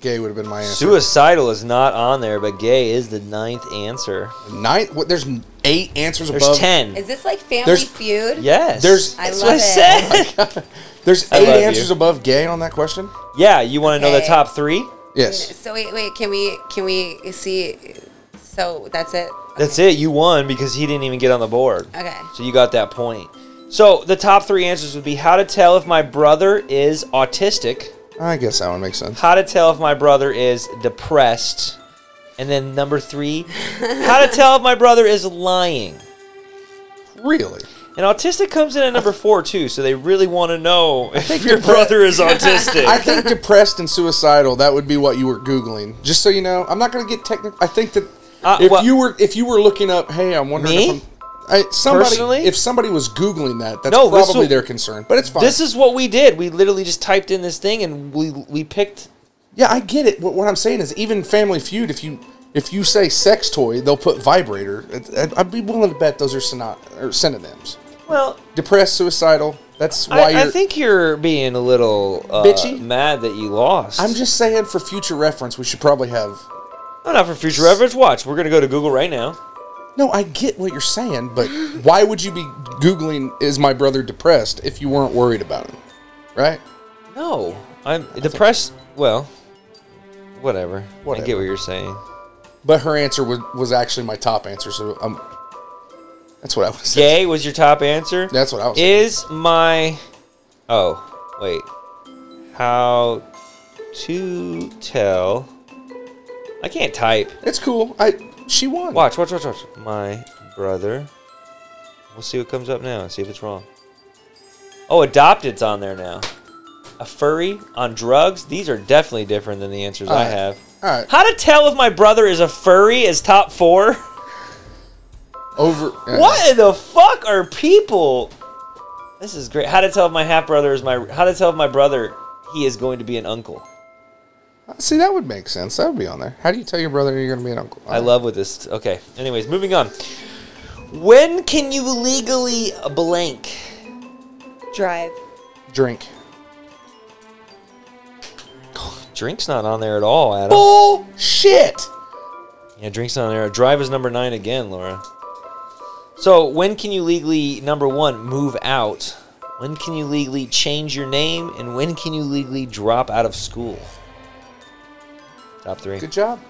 Gay would have been my answer. Suicidal is not on there, but gay is the ninth answer. Ninth? What? There's eight answers There's above. ten. Is this like Family There's- Feud? yes. There's- Oh I That's love what I it. said. There's I eight love you. answers above gay on that question. yeah, you want to know the Okay. top three? Yes. So wait, wait. Can we? Can we see? So that's it. That's it. You won because he didn't even get on the board. Okay. So you got that point. So the top three answers would be how to tell if my brother is autistic, I guess that one makes sense. how to tell if my brother is depressed, and then number three, how to tell if my brother is lying. Really? And autistic comes in at number four too, so they really want to know if think your depre- brother is autistic. I think depressed and suicidal. That would be what you were googling. Just so you know, I'm not gonna get technical. I think that Uh, if well- you were if you were looking up, hey, I'm wondering Me? if I'm. I, somebody, Personally? if somebody was googling that, that's No, this probably will- their concern. But it's fine. this is what we did. We literally just typed in this thing and we we picked. Yeah, I get it. What, what I'm saying is, even Family Feud, if you if you say sex toy, they'll put vibrator. It- I'd, I'd be willing to bet those are syno- or synonyms. Well, Depressed, suicidal. That's why I, you're. I think you're being a little uh, Bitchy? mad that you lost. I'm just saying for future reference, we should probably have. No, Oh, not for future reference. Watch, we're gonna go to Google right now. No, I get what you're saying, but why would you be googling "Is my brother depressed" if you weren't worried about him, right? No, I'm depressed. Well, whatever. I get Whatever. what you're saying. But her answer was, was actually my top answer, so um, that's what I was. saying. Gay was your top answer. That's what I was. saying. Is my oh wait how to tell? I can't type. It's cool. I she won. Watch, watch, watch, watch. My brother. We'll see what comes up now. and See if it's wrong. Oh, adopted's on there now. A furry on drugs. These are definitely different than the answers I Alright. have. All right, How to tell if my brother is a furry is top four? over. uh, What in the fuck are people? This is great. How to tell if my half brother is my? How to tell if my brother he is going to be an uncle? See, that would make sense. That would be on there. How do you tell your brother you're gonna be an uncle? I love with this. Okay. Anyways, moving on. When can you legally blank? Drive. drink. Drink's not on there at all, Adam. Bullshit. Yeah, drink's not on there. Drive is number nine again, Laura. So when can you legally number one move out? When can you legally change your name? And when can you legally drop out of school? Top three. Good job.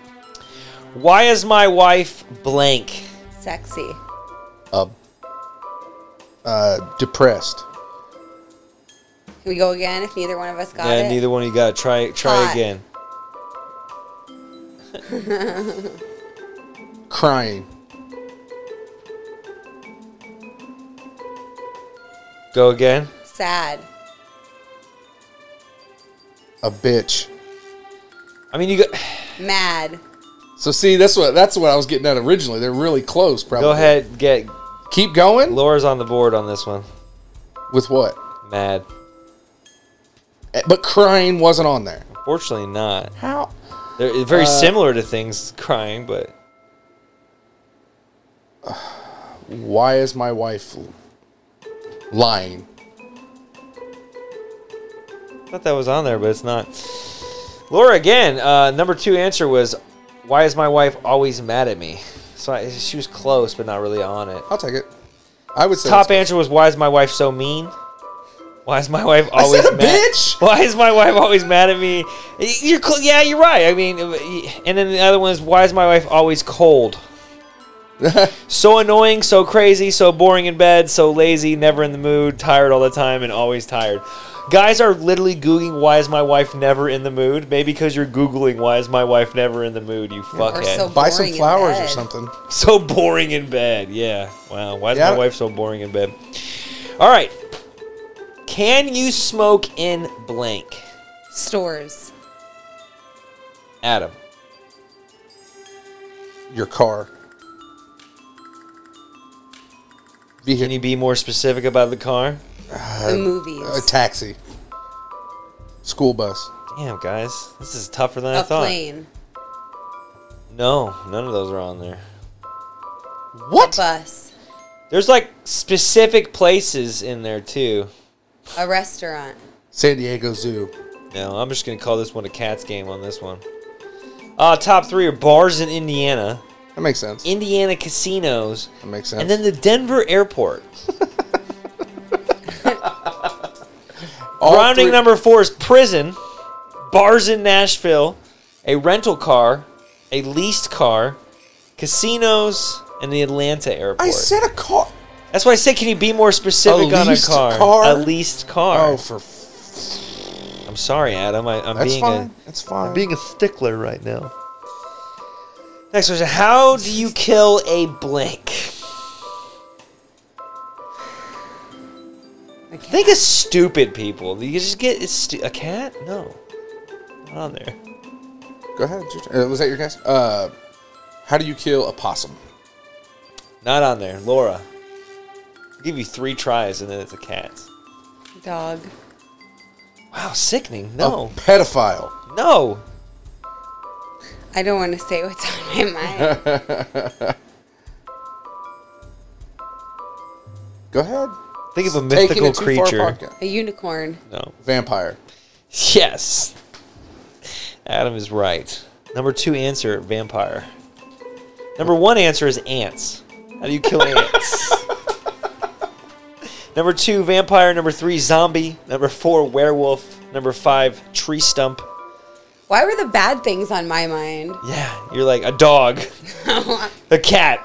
Why is my wife blank? Sexy. Uh, uh, depressed. Can we go again if neither one of us got yeah, it? neither one of you got. it. Try try Hot. again. Crying. Go again. Sad. A bitch. I mean, you go. Mad. So see, that's what that's what I was getting at originally. They're really close. Probably. Go ahead. Get Keep going. Laura's on the board on this one. With what? Mad. Eh, But crying wasn't on there. Unfortunately, not. How? They're Uh, very similar to things crying, but Why is my wife lying? I thought that was on there, but it's not. Laura again. Uh, number two answer was, "Why is my wife always mad at me?" So I, she was close, but not really on it. I'll take it. I would say Top that's- answer was, "Why is my wife so mean?" Why is my wife always said a mad? bitch! Why is my wife always mad at me? You're cl- yeah, you're right. I mean, uh, and then the other one is, "Why is my wife always cold?" so annoying, so crazy, so boring in bed, so lazy, never in the mood, tired all the time, and always tired. Guys are literally googling why is my wife never in the mood? Maybe because you're googling why is my wife never in the mood, you Or fuckhead. So-, so Buy some boring in flowers or bed. something. boring in bed. Yeah. Wow. Why is Yeah. my wife so boring in bed? All right. Can you smoke in blank? Stores. Adam. Your car. Can you be more specific about the car? the movies. Uh, A taxi. School bus. Damn, guys. This is tougher than I a thought. plane. No, none of those are on there. What? Bus. There's like specific places in there too. A restaurant. San Diego Zoo. No, I'm just gonna call this one a cat's game on this one. Uh, top three are bars in Indiana, That makes sense. Indiana casinos, That makes sense. and then the Denver airport. All Rounding three- number four is prison, bars in Nashville, a rental car, a leased car, casinos, and the Atlanta airport. I said a car. That's why I said, can you be more specific A on a leased car? car? A leased car. Oh, for f- I'm sorry, Adam. I, I'm that's being fine. a That's fine. a stickler right now. Next question: How do you kill a blank? A cat. Think of stupid people. You just get it's stu- a cat? No, not on there. Go ahead. Uh, was that your guess? Uh, how do you kill a possum? Not on there. Laura, I'll give you three tries and then it's a cat. Dog. Wow, sickening. No, A pedophile. no. I don't want to say what's on my mind. Go ahead. Think of a Taking mythical it too far creature. podcast. A unicorn. No. Vampire. Yes. Adam is right. Number two answer vampire. Number one answer is ants. How do you kill ants? Number two, vampire. Number three, zombie. Number four, werewolf. Number five, tree stump. Why were the bad things on my mind? Yeah, you're like a dog, a cat.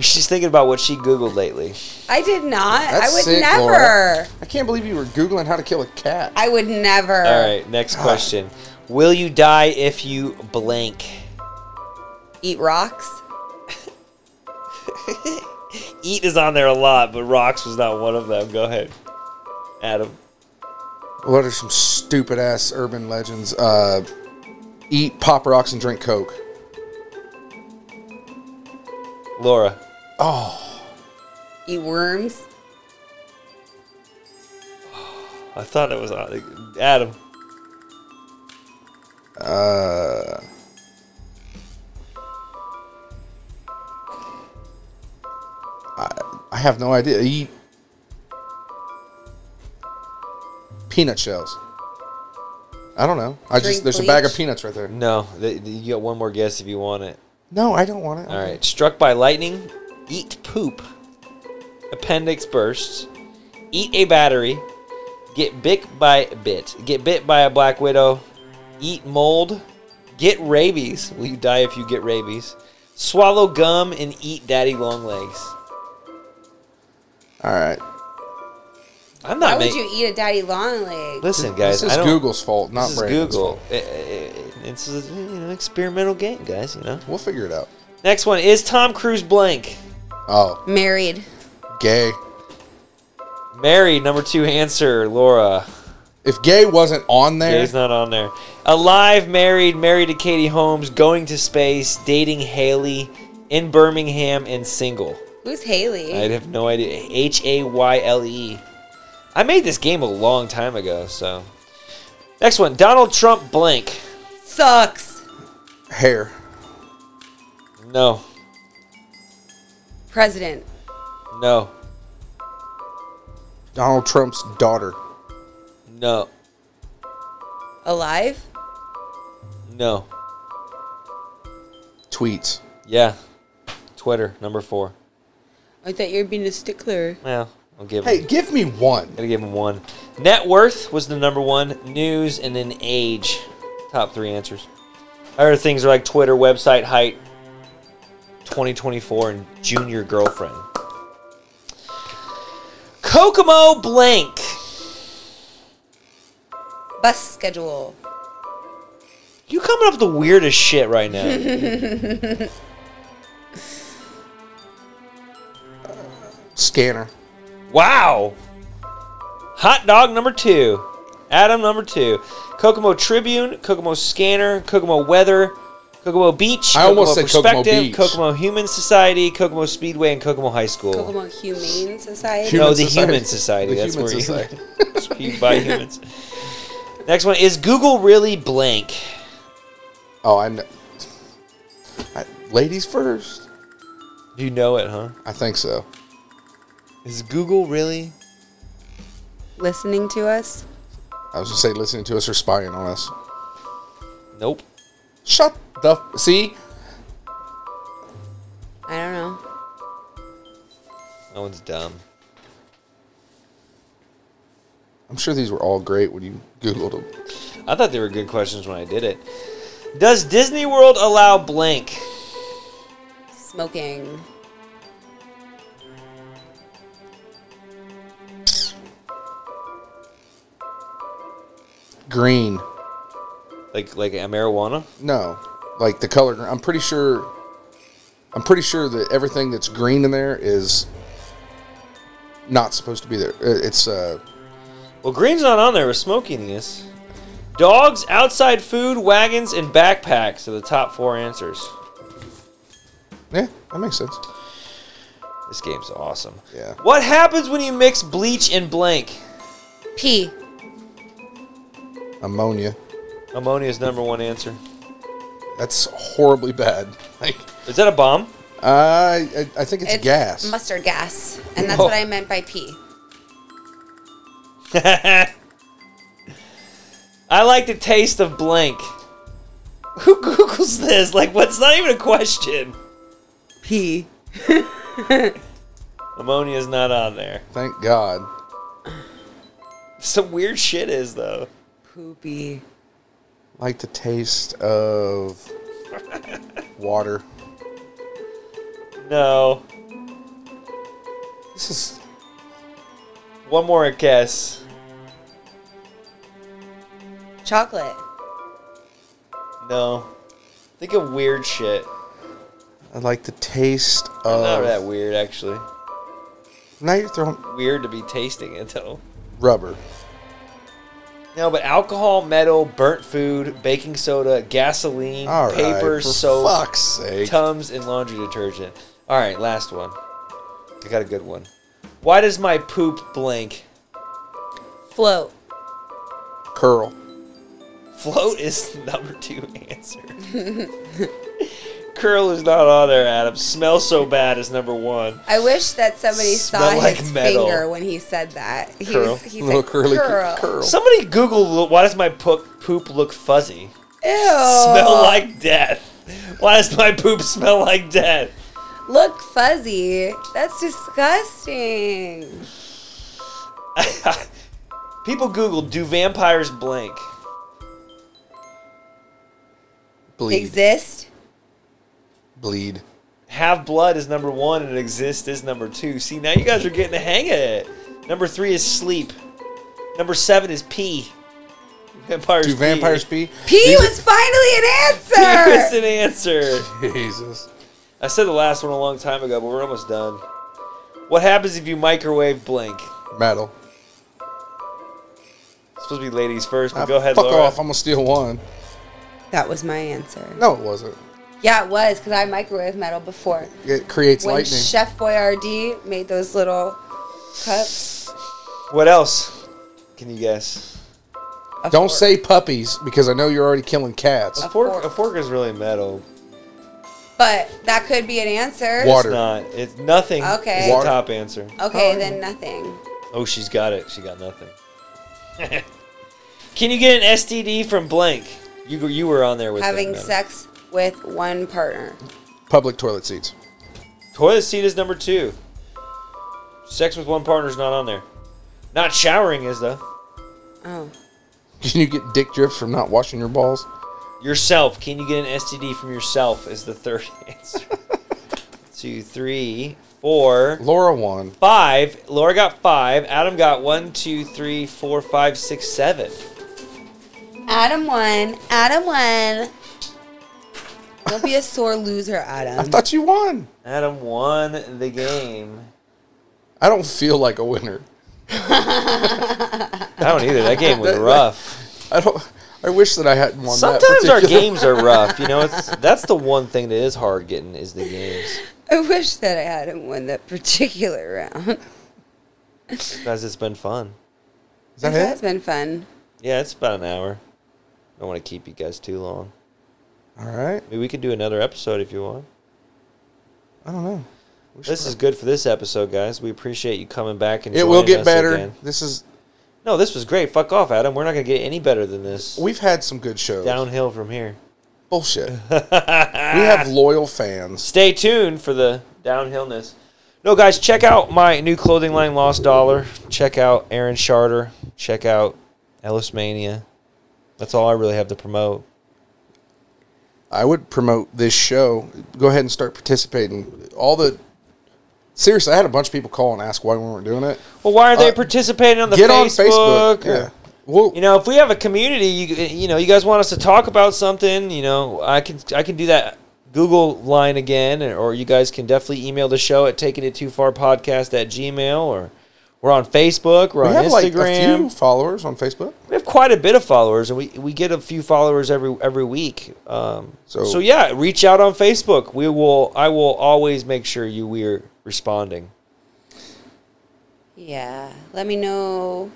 She's thinking about what she Googled lately. I did not. That's I would sick, never. Laura. I can't believe you were Googling how to kill a cat. I would never. All right, next question. Will you die if you blank? Eat rocks. Eat is on there a lot, but rocks was not one of them. Go ahead, Adam. What are some stupid ass urban legends? Uh, eat pop rocks and drink coke. Laura. Eat worms. I thought it was on. Adam. Uh, I have no idea. Eat peanut shells. I don't know. I Drink just there's a bag of bleach. peanuts right there. No, th- th- you got one more guess if you want it. No, I don't want it. All right. Struck by lightning, eat poop, appendix bursts, eat a battery, get bit by bit, get bit by a black widow, eat mold, get rabies. Will you die if you get rabies? Swallow gum and eat daddy long legs. All right. I'm Why not would making. you eat a daddy long leg? Listen, guys. this I is don't, Google's fault, not This is Brandon's Google. fault. I- I- I- It's an you know, experimental game, guys. You know. We'll figure it out. Next one is Tom Cruise blank. Oh, Married. gay. Mary, number two answer, Laura. If gay wasn't on there, He's not on there. Alive, married, married to Katie Holmes, going to space, dating Haley, in Birmingham, and single. Who's I Haley? have no idea. H A Y L E. I made this game a long time ago, so. Next one Donald Trump blank. Sucks. hair. No, President. no, Donald Trump's daughter. no, Alive. no. Tweets. Yeah. Twitter, number four. I thought you were being a stickler. Well, I'll give Hey, give me one. Gotta give him one. Net worth was the number one. News and then age. Top three answers. Other things are like Twitter, website, height, 2024, and junior girlfriend. Kokomo blank. Bus schedule. You coming up with the weirdest shit right now. Scanner. wow. Hot dog number two. Adam number two. Kokomo Tribune, Kokomo Scanner, Kokomo Weather, Kokomo Beach, I almost said Kokomo Beach. Kokomo Human Society, Kokomo Speedway, and Kokomo High School. Kokomo Humane Society. Human no, the Society. Human Society. The That's Human where Society. you speak by humans. Next one is Google really blank? Oh, I know. I, ladies first. You know it, huh? I think so. Is Google really? Listening to us. I was gonna say listening to us or spying on us. Nope. Shut the f- see. I don't know. That one's dumb. I'm sure these were all great when you googled them. I thought they were good questions when I did it. Does Disney World allow blank? Smoking. Green. Like like a marijuana? No, like the color. green. I'm pretty sure. I'm pretty sure that everything that's green in there is not supposed to be there. Uh, It's uh, Well, green's not on there, but smoking is. Dogs, outside food, wagons, and backpacks are the top four answers. yeah, that makes sense. This game's awesome. Yeah. What happens when you mix bleach and blank? Pee. Ammonia. Ammonia is number one answer. That's horribly bad. Like, Is that a bomb? I I, I think it's, gas. Mustard gas. And that's Oh. what I meant by pee. I like the taste of blank. Who Googles this? Like, what's not even a question? P. Ammonia is not on there. Thank God. Some weird shit is, though. Poopy. Like the taste of water. No. This is One more guess. Chocolate. No. Think of weird shit. I like the taste Not that of. weird, actually. Now you're throwing Weird to be tasting it, though. rubber. No, but alcohol, metal, burnt food, baking soda, gasoline, All right. paper, for soap, fuck's sake. Tums and laundry detergent. All right, last one. I got a good one. Why does my poop blank? Float. Curl. Float is the number two answer. Curl is not on there, Adam. Smell so bad is number one. I wish that somebody Smell saw like his metal. finger when he said that. He Curl. was he Little said, curly curl. curl. Somebody Google lo- why does my poop poop look fuzzy? Ew. Oh. Smell like death. Why does my poop smell like death? Look fuzzy. That's disgusting. People Google do vampires blank? Bleed. Exist. Bleed. Have Blood is number one, and Exist is number two. See, now you guys are getting the hang of it. Number three is Sleep. Number seven is Pee. Vampires. Do pee. vampires pee? P was finally Pee an is answer. an answer. Jesus. I said the last one a long time ago, but we're almost done. What happens if you microwave blank? Metal. It's supposed to be ladies first, but Ah, go ahead, Fuck Laura. off. I'm going to steal one. That was my answer. No, it wasn't. Yeah, it was because I microwaved metal before. It creates When lightning. Chef Boyardee made those little cups. What else? Can you guess? a Don't fork. say puppies because I know you're already killing cats. A fork, fork. A fork is really metal. But that could be an answer. Water. It's not. It's nothing. Okay. Is the Water. top answer. Okay, then nothing. Oh, she's got it. She got nothing. Can you get an STD from blank? You go- you were on there with that, Having no. sex with one partner. Public toilet seats. Toilet seat is number two. Sex with one partner is not on there. Not showering is though. Oh. Can you get dick drips from not washing your balls? Yourself. Can you get an STD from yourself? Is the third answer. two, three, four, Laura won. five. Laura got five. Adam got one, two, three, four, five, six, seven. Adam won. Adam won. Don't be a sore loser, Adam. I thought you won. Adam won the game. I don't feel like a winner. I don't either. That game was rough. I don't. I wish that I hadn't won. that Sometimes our particular- games are rough. You know, it's that's the one thing that is hard getting is the games. I wish that I hadn't won that particular round. Guys, it's been fun. Is that has it? been fun. Yeah, it's about an hour. Don't want to keep you guys too long. All right. I mean, we could do another episode if you want. I don't know. We should This is good for this episode, guys. We appreciate you coming back and It will joining get us better. again. This is. No, this was great. Fuck off, Adam. We're not gonna get any better than this. We've had some good shows. Downhill from here. Bullshit. we have loyal fans. stay tuned for the downhillness. No, guys, check out my new clothing line, Lost Dollar. Check out Aaron Charter. Check out Ellis Mania. That's all I really have to promote. I would promote this show. Go ahead and start participating. All the. Seriously, I had a bunch of people call and ask why we weren't doing it. Well, why aren't they Uh, participating on the Get Facebook? on Facebook. or- Yeah. Well, You know, if we have a community, you you know, you guys want us to talk about something, you know, I can I can do that Google line again, or you guys can definitely email the show at taking it too far podcast at Gmail, or we're on Facebook, we're we on have Instagram. like a few followers on Facebook. we have quite a bit of followers, and we, we get a few followers every every week. Um, so, So- yeah, reach out on Facebook. We will. I will always make sure you we're responding. Yeah. Let me know.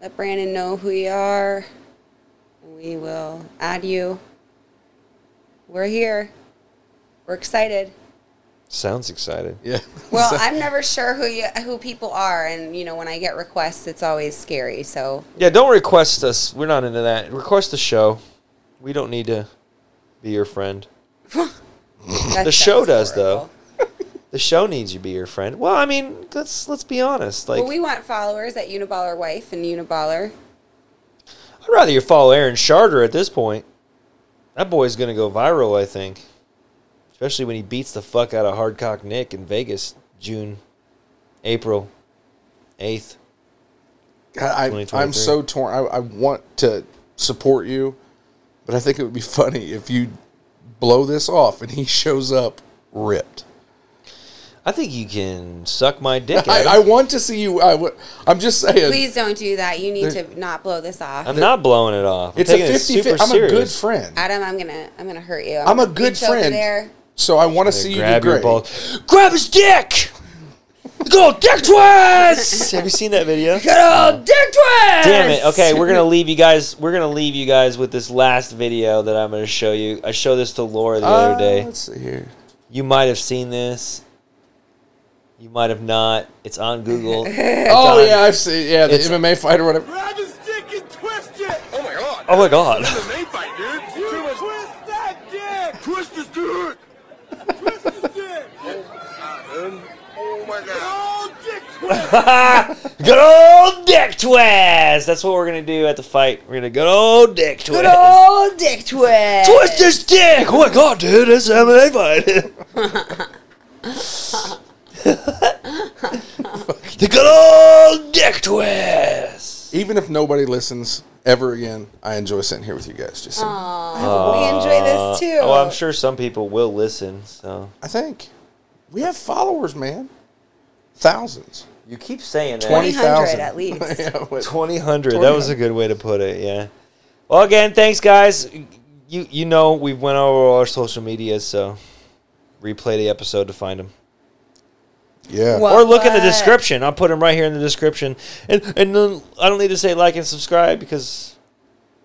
Let Brandon know who you are. We will add you. We're here. We're excited. Sounds excited. Yeah. Well, I'm never sure who you, who people are, and you know when I get requests, it's always scary. So Yeah, don't request us. We're not into that. Request the show. We don't need to be your friend. that The show sounds does, though. horrible. The show needs you to be your friend. Well, I mean, let's let's be honest. Like, well, we want followers at Uniballer Wife and Uniballer. I'd rather you follow Aaron Charter at this point. That boy's gonna go viral, I think. Especially when he beats the fuck out of Hardcock Nick in Vegas, June, April, eighth. God, I, 2023. I'm so torn. I, I want to support you, but I think it would be funny if you blow this off and he shows up ripped. I think you can suck my dick. I, Adam. I want to see you. I w- I'm just saying. Please don't do that. You need There- to not blow this off, I'm not blowing it off. I'm it's a taking it 50 super 50. I'm a good serious. friend. Adam. I'm gonna I'm gonna hurt you. I'm a gonna good reach over friend. There. So I want to see you do grab your great. balls. Grab his dick. Go dick twist. Have you seen that video? Oh, dick twist! Damn it. Okay, we're gonna leave you guys. We're gonna leave you guys with this last video that I'm gonna show you. I showed this to Laura the Uh, other day. Let's see here. You might have seen this. You might have not. It's on Google. It's Oh on- yeah, I've seen. Yeah, the It's- MMA fight or whatever. Grab his dick and twist it! Oh my god! Oh my god. The main fight, dude! You twist that dick! Twist his dick! twist his dick! Oh my god. Oh, dick twist! Good old dick twist. That's what we're gonna do at the fight. We're gonna good old dick twist. Good old dick twist. Twist his dick. Oh my god, dude, this is an MMA fight. the good old dick twist. Even if nobody listens ever again, I enjoy sitting here with you guys. Just saying. Aw, we enjoy this too. Oh, I'm sure some people will listen. So I think we have followers, man. Thousands. you keep saying that. 20,000. 300 at least. Yeah, what- Twenty hundred. That was a good way to put it. Yeah. Well, again, thanks, guys. You you know we went over all our social media, so replay the episode to find them, yeah. What? or look in the What? description. I'll put them right here in the description, and and then I don't need to say like and subscribe because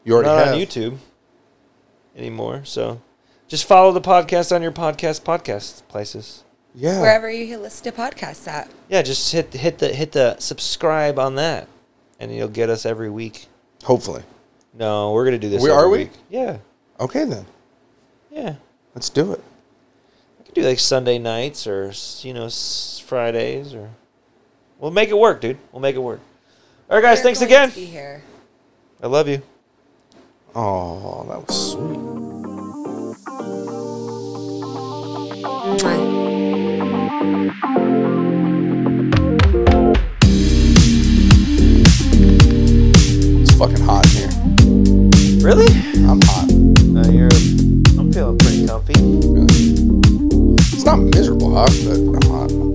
You we're already not have. on YouTube anymore. So just follow the podcast on your podcast podcast places. Yeah. Wherever you listen to podcasts at. Yeah, just hit hit the hit the subscribe on that, and you'll get us every week. Hopefully. No, we're gonna do this. We- every are we? Week. Yeah, Okay then. yeah. Let's do it. We could do like Sunday nights or s- you know s- Fridays or we'll make it work, dude. We'll make it work. All right, guys. We're thanks going again. to be here. I love you. Oh, that was sweet. Mwah. It's fucking hot in here. Really? I'm hot. Uh, you're. I'm feeling pretty comfy. Really. It's not miserable hot, but I'm hot.